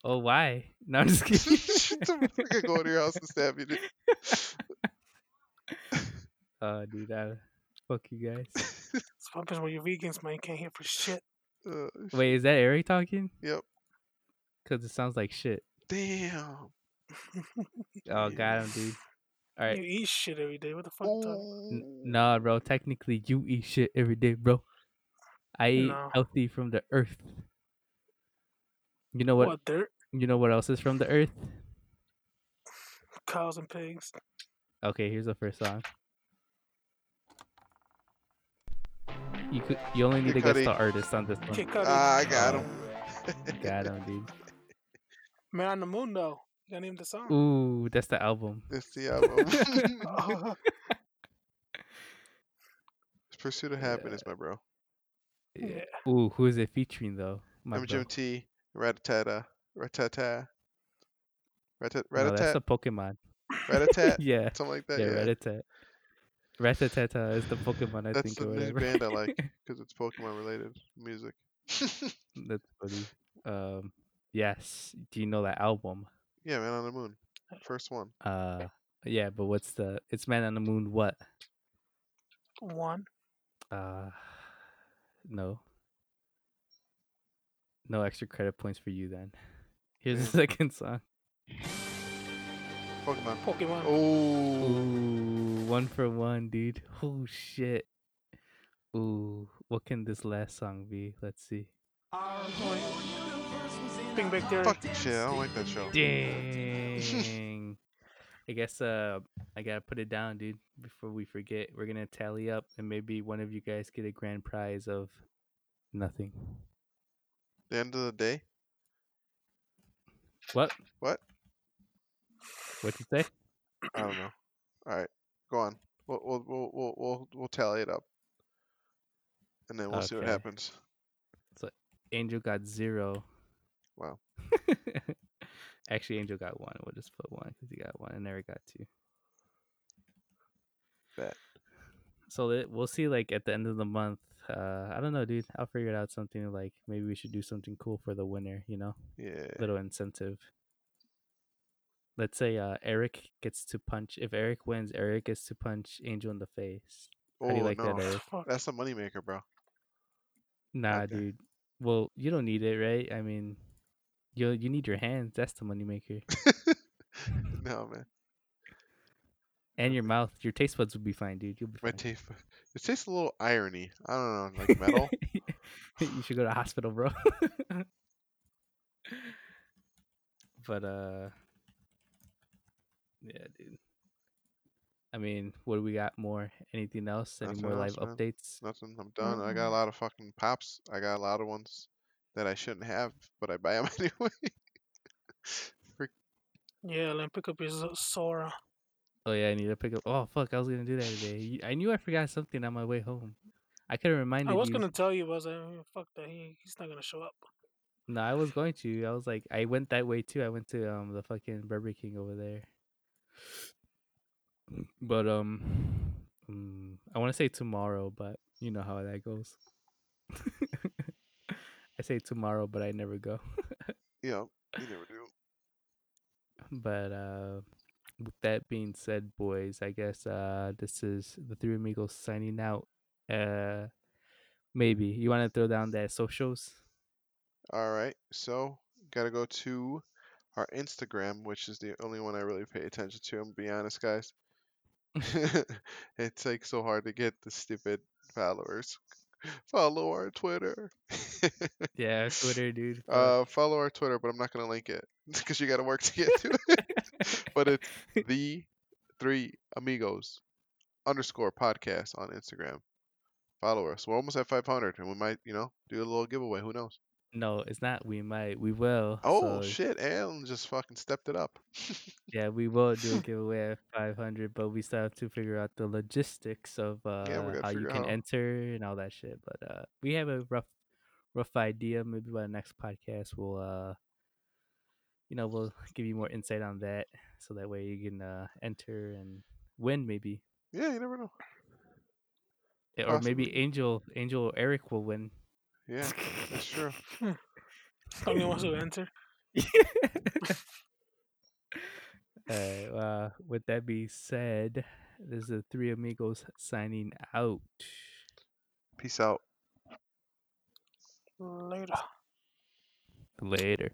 A: oh, why? No, I'm just
B: Shut the
A: kidding.
B: fuck, I go to your house and stab you. dude.
A: uh, dude, I, fuck you guys.
C: That's what happens when you're vegans, man. You can't hear for shit.
B: Uh,
A: Wait, is that Eric talking?
B: Yep.
A: Cause it sounds like shit.
B: damn.
A: Oh,
B: Yeah.
A: got him, dude. All right.
C: You eat shit every day. What the fuck? Tyler?
B: Ooh.
A: N- nah, bro. Technically, you eat shit every day, bro. I eat
C: No.
A: healthy from the earth. You know what?
C: what dirt?
A: You know what else is from the earth?
C: Cows and pigs.
A: Okay, here's the first song. You could. You only need to
B: Kid
A: guess
B: Cudi.
A: the artist on this one.
C: Kid Cudi.
B: Ah, I got him.
A: Got him, dude.
C: Man on the moon, though. You gotta name the song.
A: Ooh, that's the album.
B: That's the album.
C: Oh,
B: Pursuit of Happiness, my bro.
C: yeah.
A: Ooh, who is it featuring though? My
B: I'm
A: bro.
B: Jim T. Ratatata. Ratata. Ratat.
A: No, that's
B: Ratatat.
A: a Pokemon.
B: Ratatat.
A: yeah.
B: Something like that.
A: Yeah,
B: Yeah.
A: Ratata. Ratatata is the Pokemon, I
B: That's
A: think,
B: the
A: or
B: new
A: whatever.
B: band I like because it's Pokemon related music.
A: That's funny. Um, yes. Do you know that album?
B: yeah, Man on the Moon. First one.
A: Uh, yeah, but what's the? It's Man on the Moon. What?
C: one.
A: Uh, no. No extra credit points for you then. Here's the second song.
B: Pokemon.
C: Pokemon.
B: Oh.
A: Ooh, one for one, dude. Oh shit. Ooh, what can this last song be? Let's see.
C: Big Bang Theory.
B: Fucking shit. I don't like that show.
A: Dang. I guess uh I gotta put it down, dude, before we forget. We're gonna tally up and maybe one of you guys get a grand prize of nothing.
B: The end of the day.
A: What?
B: What?
A: What'd you say?
B: I don't know. All right, go on. We'll we'll we'll we'll, we'll, we'll tally it up, and then we'll see what
A: Okay.
B: happens.
A: Angel got zero.
B: Wow.
A: Actually, Angel got one. We'll just put one because he got one, and Eric got two.
B: Bet.
A: So that we'll see. Like at the end of the month, uh, I don't know, dude. I'll figure it out something. Like maybe we should do something cool for the winner. You know,
B: Yeah.
A: little incentive. Let's say uh, Eric gets to punch. If Eric wins, Eric gets to punch Angel in the face.
B: Oh
A: How do you like
B: no,
A: that, Eric?
C: Fuck.
B: that's a moneymaker, bro.
A: Nah,
B: Okay.
A: dude. Well, you don't need it, right? I mean, you you need your hands. That's the moneymaker.
B: no man,
A: and your mouth. Your taste buds would be fine, dude. You'll be
B: my
A: fine.
B: taste it tastes a little irony. I don't know, like metal.
A: you should go to hospital, bro. but uh, yeah, dude. I mean, what do we got more? Anything else? Any
B: Nothing
A: more live
B: else, man.
A: updates?
B: Nothing. I'm done. I
A: Mm-hmm.
B: got a lot of fucking pops. I got a lot of ones that I shouldn't have, but I buy them anyway.
C: Yeah, then pick up your Z- Sora.
A: Oh yeah, I need to pick up. Oh fuck, I was gonna do that today. Y- I knew I forgot something on my way home. I could have reminded
C: I was
A: you.
C: gonna tell you, but I was like, "Mm, fuck that. He, he's not gonna show up.
A: No, I was going to. I was like, I went that way too. I went to um the fucking Burger King over there. Mm, But um, mm, I want to say tomorrow, but you know how that goes. I say tomorrow, but I never go.
B: yeah, you never do.
A: But uh, with that being said, boys, I guess uh this is the Three Amigos signing out. Uh, maybe you want to throw down that socials.
B: All right, so gotta go to our Instagram, which is the only one I really pay attention to. I'm gonna be honest, guys. it's like so hard to get the stupid followers. Follow our Twitter.
A: Yeah, Twitter, dude. fuck.
B: Uh, follow our Twitter, but I'm not gonna link it because you gotta work to get to it. but it's the three amigos underscore podcast on Instagram. Follow us. We're almost at 500, and we might, you know, do a little giveaway. Who knows?
A: no, it's not. We might. We will.
B: Oh
A: so,
B: shit! Alan just fucking stepped it up.
A: Yeah, we will do a giveaway at 500, but we still have to figure out the logistics of uh,
B: we gotta
A: how you
B: figure
A: can
B: out.
A: enter and all that shit. But uh, we have a rough, rough idea. Maybe by the next podcast, we'll, uh, you know, we'll give you more insight on that, so that way you can uh, enter and win, maybe,
B: yeah, you never know.
A: Eh, or maybe Angel, Angel or Eric will win.
B: Yeah, that's true.
C: Somebody wants to enter.
A: Alright, uh, with that being said, this is the Three Amigos signing out.
B: Peace out.
C: Later.
A: Later.